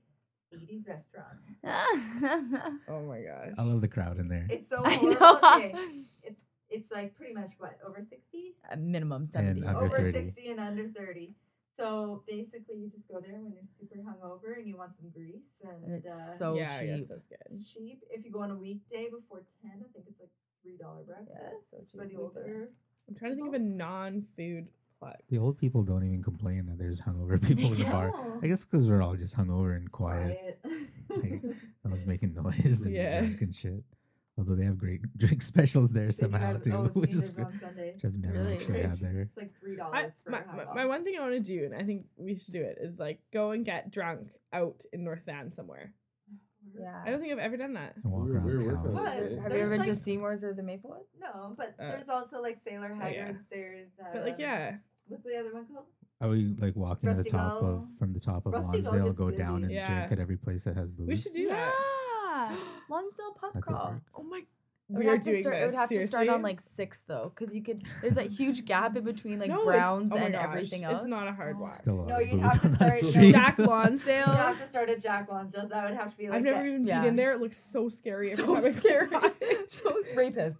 80s restaurant.
I
oh my gosh.
I love the crowd in there.
It's so
know.
horrible. Okay. It's it's like pretty much what over 60,
A minimum seventy.
Under
over
30.
60 and under 30. So basically, you just go there when you're super hungover and you want some grease and,
And it's
uh,
so
yeah, I guess
cheap.
that's good.
it's cheap. If you go on a weekday before 10, I think it's like three dollar breakfast
so cheap.
for the
Look at that.
older.
I'm trying to think of a non food plug.
The old people don't even complain that there's hungover people in the bar.
No.
I guess because we're all just hungover and quiet.
Quiet.
Like, No one's making noise and
Yeah.
drunk and shit. Although they have great drink specials there
They do
somehow
have-
too,
Oh,
which is
Caesar's on Sunday.
which I've never
Really?
actually had
Which-
there.
It's like three
I,
dollars for
my,
a hot
my,
dog.
my one thing I want to do, and I think we should do it, is like go and get drunk out in North Van somewhere. I
Yeah.
don't think I've ever done that.
And walk
We were- we
around
were
town.
working on
What?
it.
Have you
There's
ever
like-
to Seymour's or the Maplewood?
No, but
Uh,
there's also like Sailor
oh, yeah.
Haggard's. There's uh,
But like, yeah,
What's the other one called?
Are we like walking to the
Rusty
top of
Gull.
from the top of
Rusty Gull
Lonsdale,
gets
go down
busy.
and
Yeah.
drink at every place that has booze?
we should do
yeah.
that.
Lonsdale pub
That could
crawl.
work.
Oh my!
It would
We are
have to
doing
start, It would
this,
have to start on
seriously?
like six though, because you could. There's that huge gap in between like
No, it's-
Browns
oh my
and
gosh,
everything else.
It's not a hard walk.
Still a lot
No,
of
you'd
booze
have to
on that
start- no.
street.
Jack
You have to
Lonsdale.
start at Jack Lonsdale's. That would have to be like
I've never
that-
even
Yeah.
been there. It looks so scary every time
so
I
scary.
go by.
so rapists.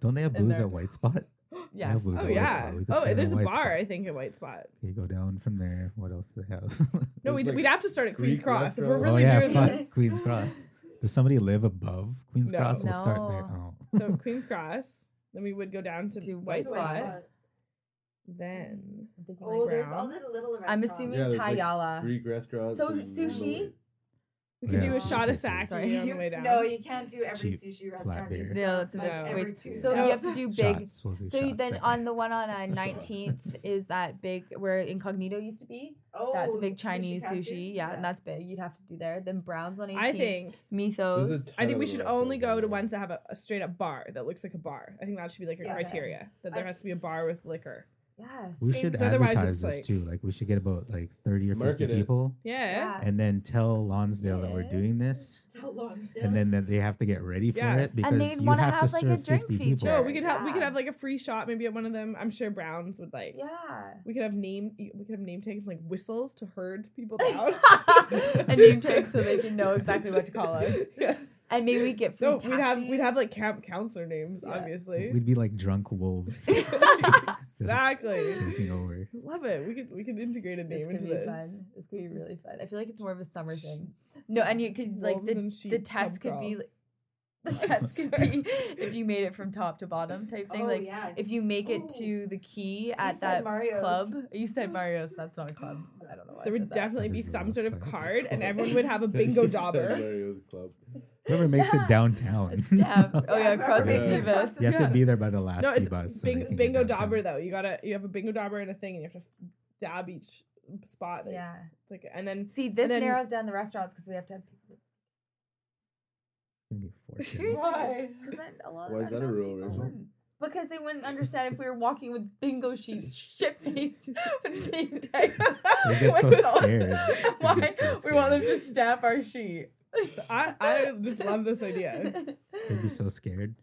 Don't they have
in
booze
there.
at White Spot?
Yes.
booze? There's
Oh
a white
yeah.
spot. We could
Oh,
stay in
there's a
a white
bar
spot.
I think at White Spot.
Okay, go down from there. What else do they have?
No,
There's,
we'd,
like,
we'd have to start at Queens
Greek
Cross if we're
restaurant.
really
oh yeah,
doing
fuck
this.
Queens Cross. Does somebody live above Queens
No.
Cross? We'll start there.
No.
Oh.
So Queens Cross, then we would go down to,
To
White
White Spot.
Spot. Then
I'm thinking,
Oh,
like,
there's all the
Browns.
little restaurants.
I'm assuming
Yeah, there's, like,
Tayala.
Greek restaurants.
So,
and-
sushi?
we could
Oh, Yeah,
do a
sushi
shot of
places.
sake
Sorry.
on the way down.
No, you can't do every
Cheap
sushi
flat
restaurant.
beer.
It's
No, it's a
must
no.
every
wait,
Tuesday.
So
No.
you have to do big.
Shots. We'll do
So
shots
then
there.
on the one on uh,
Shots.
19th is that big where Incognito used to be.
Oh,
That's a
sushi
big Chinese
katsu?
sushi. Yeah, and that's big. You'd have to do there. Then Browns on 18th.
I think
There's a
Mythos.
ton
I think
of
we
little
should only
restaurants
go
in
to
there.
ones that have a, a straight up bar that looks like a bar. I think that should be like your
Yeah.
criteria that there
I-
has to be a bar with liquor.
Yes.
we
things,
should
otherwise it's
advertise this
like-
too. Like we should get about like thirty or fifty
Market it.
people,
Yeah.
and then tell Lonsdale that we're
Yeah.
doing this,
Tell Lonsdale.
and then that they have to get ready for
Yeah.
it because
they'd
you
wanna
have, to
have, like, a
serve
drink
fifty
feature.
people.
No, we could have we could
Yeah.
have like a free shot maybe at one of them. I'm sure Browns would like.
Yeah.
We could have name we could have name tags and like whistles to herd people down.
a name tag so they can know exactly what to call us.
Yes.
And maybe we get free
No, we'd have we'd
taxis.
have like camp counselor names,
Yeah.
obviously.
We'd be like drunk wolves. just
exactly.
Taking over.
Love it. We could we could integrate a name
This
into
could
this.
be fun. This could be really fun. I feel like it's more of a summer thing. No, and you could like
Wolves
the
and sheep
the
pub
test could
crawl.
be like, the test could be if you made it from top to bottom type thing.
oh,
like
yeah.
if you make it
Ooh.
to the key at
said
that
Mario's.
club, you said Mario's. That's not a club. I don't know. Why I
There would
said that.
definitely
That
be
is the
some
worst
sort of
place.
card and everyone would have a bingo
Saint
dauber.
Mario's Club.
Whoever makes it
A
downtown.
stab. Oh yeah,
Yeah,
across the
Yeah.
Seabus.
You have
Yeah.
to be there by the last
No,
sea
it's
bus. so they
Bing,
can get
bingo
downtown.
dauber though. You gotta you have a bingo dauber and a thing, and you have to dab each spot. That,
yeah.
Like, and then
See, this
then-
narrows down the restaurants because we have to have people.
It's gonna be a fortune.
Seriously,
Why?
'cause then a lot of
Why is that a
restaurants
rule,
people
Rachel?
wouldn't. Because they wouldn't understand if we were walking with bingo sheets, shit faced with name tags.
They get so
with all-
scared.
Why?
They get so
We want them to
scared.
stamp our sheet.
I- I just love this idea.
They'd be so scared.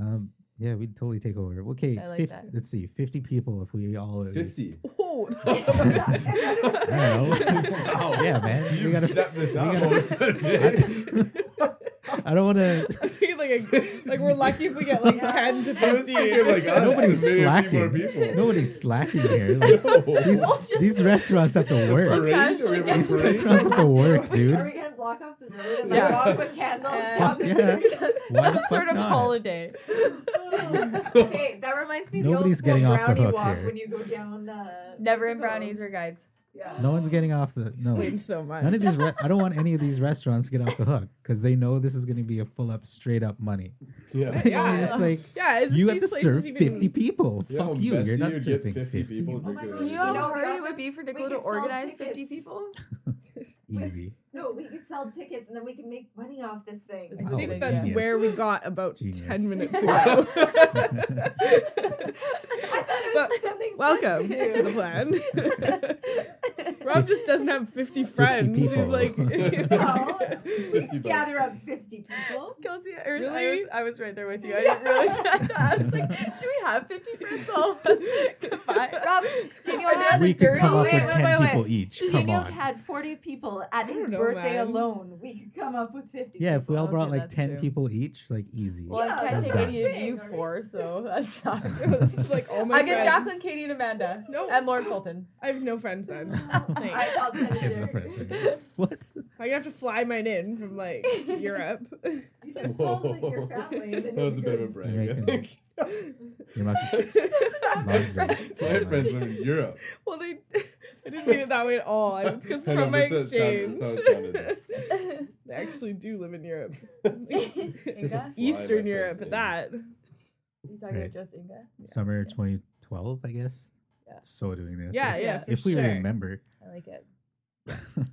Um, yeah, we'd totally take over. Okay,
I like
50,
that.
let's see, fifty people if we all at least-
Fifty.
oh,
I don't know.
Wow.
yeah, man, we
You
gotta.
stepped this up
gotta-
all of a sudden, eh?
I don't want to.
I think, like, like we're lucky if we get like
Yeah.
ten to
I was
fifteen.
thinking, like, God,
Nobody's
there's a million
slacking.
few more people.
Nobody's slacking here. Like, these,
No.
these restaurants have to work.
Parade? Are we having a
These
These
parade?
restaurants have to work,
Are
dude.
we gonna block off the road and
Yeah.
like walk with candles
Uh,
down the
yeah.
street?
Why the
Some
fuck
sort of
not?
holiday.
okay, that reminds me.
Nobody's
the old school
getting off the
brownie
hook
walk
here.
When you go down, uh,
Never
what's it
in brownies
called?
or guides.
Yeah.
No one's getting off the no.
Explains so much.
None of these. Re- I don't want any of these restaurants to get off the hook because they know this is going to be a full up, straight up money.
Yeah.
You're just like
yeah, is
you
these
have to
places
serve
even-
fifty people.
Yeah,
Fuck
how
you. You're
messy
not
you'd get
serving
50
fifty.
people
Oh my
drinking
God,
at
you
You
a
know
know,
how
we
hard it
also-
would be for Nicola
could
to
sell
organize
tickets.
50 people?
Easy.
No, we could sell tickets and then we can make money off this thing.
I
Oh,
think that's
genius.
where we got about
Genius.
ten minutes
I
ago.
I thought it
But
was just something. fun
Welcome
to
to the
do.
plan. Rob just doesn't have fifty friends.
people.
He's like,
Well,
Fifty bucks.
gather up fifty people.
Kelsey, or I,
Really?
was, I was right there with you. I didn't realize that. I was like, do we have 50 friends? All of us? Goodbye.
Rob, you know
Or
how
not
We
the
could
dirt-
come
Oh,
up
wait,
with
wait,
ten
wait, wait.
people each. Come
Nino
on.
had 40 people at
I
his
don't know,
birthday
man.
alone. We could come up with 50.
yeah, if
people.
we all
Okay,
brought like
that's
ten
true.
people each, like easy.
Well,
Yeah,
I can't
that's
take
what
any
I'm
of you
saying,
four, so that's not.
it's like all my
I get
friends.
Jacqueline, Katie, and Amanda.
No.
And Lauren Fulton.
I have no friends then. Thanks.
I felt kind of
Yeah, no
dirty.
problem. what?
I'm gonna have to fly mine in from like Europe.
You just called with your
Whoa.
family.
That was a bit of a brag, I
Jamaican.
think.
You're not-
My
Mine's not-
friends live in Europe.
well, they, I didn't mean it that way at all. It's because
I know,
from my
that's how
exchange,
it sounded- that's how it sounded.
they actually do live in Europe.
Inga?
Eastern
my
Europe
friends in.
at that.
You talking about
Right.
just Inga?
Summer 2012, I guess.
Yeah.
So doing this.
Yeah,
If-
yeah, for
If we
sure.
remember.
I like it.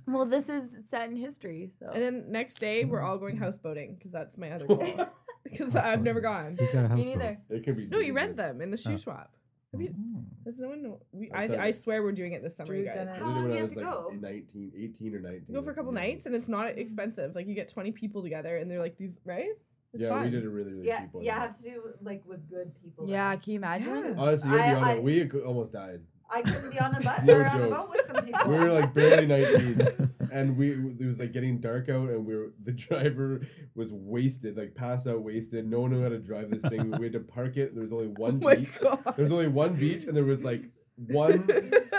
well, this is set in history, so.
And then next day, we're all going houseboating because that's my other goal. Because I've never gone.
He's got a house.
Me neither.
It can be.
No, you
dangerous.
rent them in the shoe
Oh.
swap. Have you- Does no one know? We,
I
I,
thought-
I swear we're doing it this summer, you
Drew's
guys.
done
I
it.
did
How long
it when
do
I
you
was
have
like
to go?
19, 18 or 19.
Go for a couple
Yeah.
nights, and it's not expensive. Like you get twenty people together, and they're like these, right? It's
yeah,
fun.
we did a really, really
Yeah,
cheap one.
you have to do like with good people.
Yeah, can you imagine?
Yeah.
It's-
Honestly, you'll be
I-
on
I-
it. We ac- almost died.
I couldn't be on a boat
No
or on a
joke.
boat with some people.
We were like barely 19. And we it was like getting dark out, and we were the driver was wasted, like passed out, wasted. No one knew how to drive this thing. We had to park it. There was only
Oh
one
my
beach.
god.
There was only one beach, and there was like one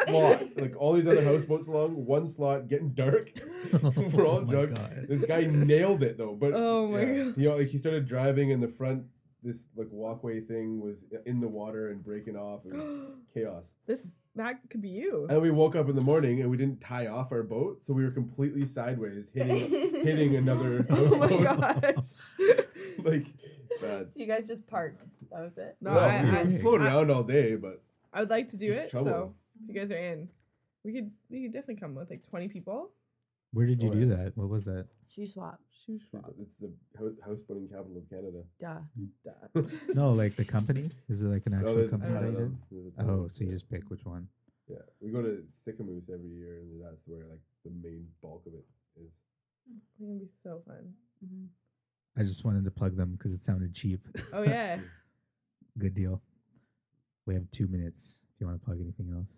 slot. Like all these other houseboats along, one slot getting dark. We're all
Oh my
drunk.
God.
This guy nailed it though. But
Oh my
yeah.
God.
he like he started driving, and the front this like walkway thing was in the water and breaking off. It was chaos.
this that could be you.
And we woke up in the morning and we didn't tie off our boat, so we were completely sideways, hitting hitting another
Oh my
houseboat.
gosh.
like bad.
So you guys just parked. That was it.
No,
well,
I,
we,
I,
we float around all day, but
I would like to
it's
do
just
it.
trouble.
So if you guys are in, we could we could definitely come with like twenty people.
Where did you
Oh,
do
yeah.
that? What was that?
She swap.
Shoe
it's the hou- houseboating capital of Canada.
Duh.
Hmm.
swap.
No, like the company? Is it like an
Oh,
actual
there's a
company?
ton
that
of
you
them. There's a
did?
ton of
Oh,
them,
so you
yeah.
just pick which one.
Yeah, we go to Sycamoose every year, and that's where like the main bulk of it is.
It's gonna be so fun.
Mm-hmm.
I just wanted to plug them because it sounded cheap.
Oh yeah.
Good deal. We have two minutes if you want to plug anything else.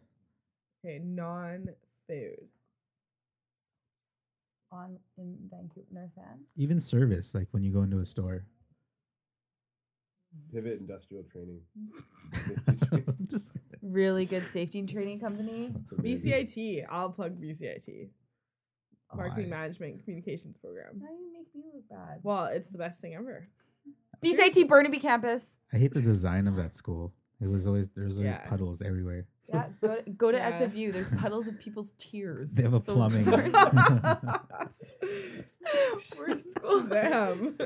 Okay, non food.
On in Vancouver, fan.
Even service, like when you go into a store.
Pivot Industrial Training.
Just-
Really good safety and training company.
Sounds amazing.
BCIT. I'll plug BCIT.
Oh,
Marketing
I-
Management Communications Program.
Now you make me look bad.
Well, it's the best thing ever.
BCIT Burnaby campus.
I hate the design of that school. It was always there was always
Yeah.
puddles everywhere.
Yeah, go to, go to
Yeah.
SFU. There's puddles of people's tears.
They have a
It's the
plumbing.
worst- worst school.
Damn.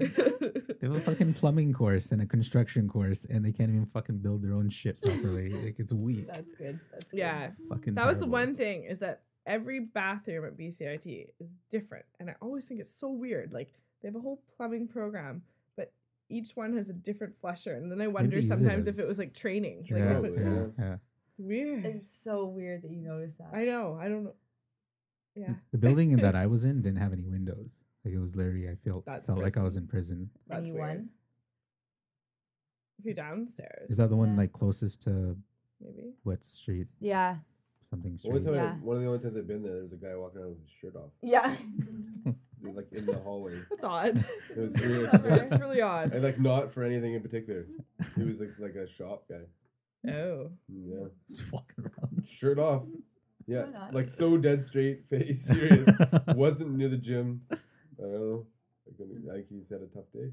They have a fucking plumbing course and a construction course, and they can't even fucking build their own shit properly. like it's weak.
That's good. That's good.
yeah.
fucking.
That was the
terrible.
one thing is that every bathroom at BCIT is different, and I always think it's so weird. Like they have a whole plumbing program, but each one has a different flusher, and then I wonder
easier
sometimes if
is-
it was like training. Like
Yeah,
if it-
Probably,
yeah,
yeah.
yeah.
weird.
It's so weird that you noticed that.
I know. I don't know. Yeah,
The building that I was in didn't have any windows. Like it was literally, I felt
That's
felt like I was
prison.
in prison.
that's weird.
Anyone?
If you're downstairs,
Is that the one
Yeah.
like closest to
maybe?
what street?
Yeah.
Something
Only
street.
time I-
Yeah.
one of the only times I've been there, there's a guy walking around with his shirt off,
Yeah.
like in the hallway.
That's odd.
It was weird.
That's really odd.
And like not for anything in particular. He was like like a shop guy.
Oh,
Yeah.
Just walking around.
Shirt off. Yeah.
Why not?
Like so dead straight face. Serious. Wasn't near the gym. I don't know. Like, when he- Like he's had a tough day.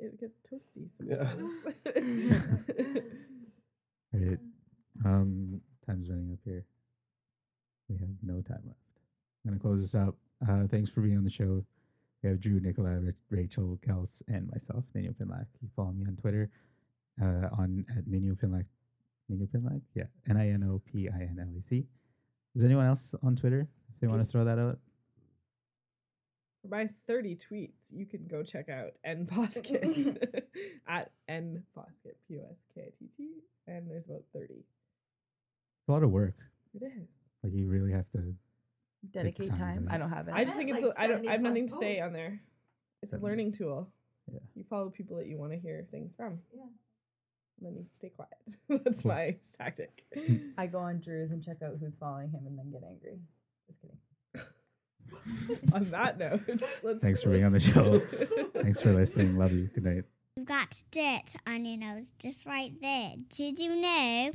it gets toasty
Yeah.
sometimes.
Right. Um, time's running up here. We have no time left. I'm gonna close this up. Uh, thanks for being on the show. We have Drew, Nicola, Ra- Rachel, Kels, and myself, Nino Finlack. You follow me on Twitter, uh, on at Nino Finlack. Nino Finlack, yeah, N I N O P I N L E C. Is anyone else on Twitter? If they want to throw that out,
For my 30 tweets, you can go check out N Posket at N Posket, P O S K I T T, and there's about 30.
it's a lot of work.
It is.
Like you really have to.
Dedicate
time to
time.
do
I
it.
don't have it.
I just
had
think it's,
like
a, I don't,
70
I have
plus
nothing to say on
posts.
there. It's a
Seventy.
learning tool.
Yeah.
You follow people that you want to hear things from.
Yeah.
And then you stay quiet. That's
Cool.
my tactic.
I go on Drew's and check out who's following him and then get angry. Just kidding.
on that note, let's
Thanks for being on the show. Thanks for listening. Love you. Good night.
You've got dirt on your nose just right there. Did you know?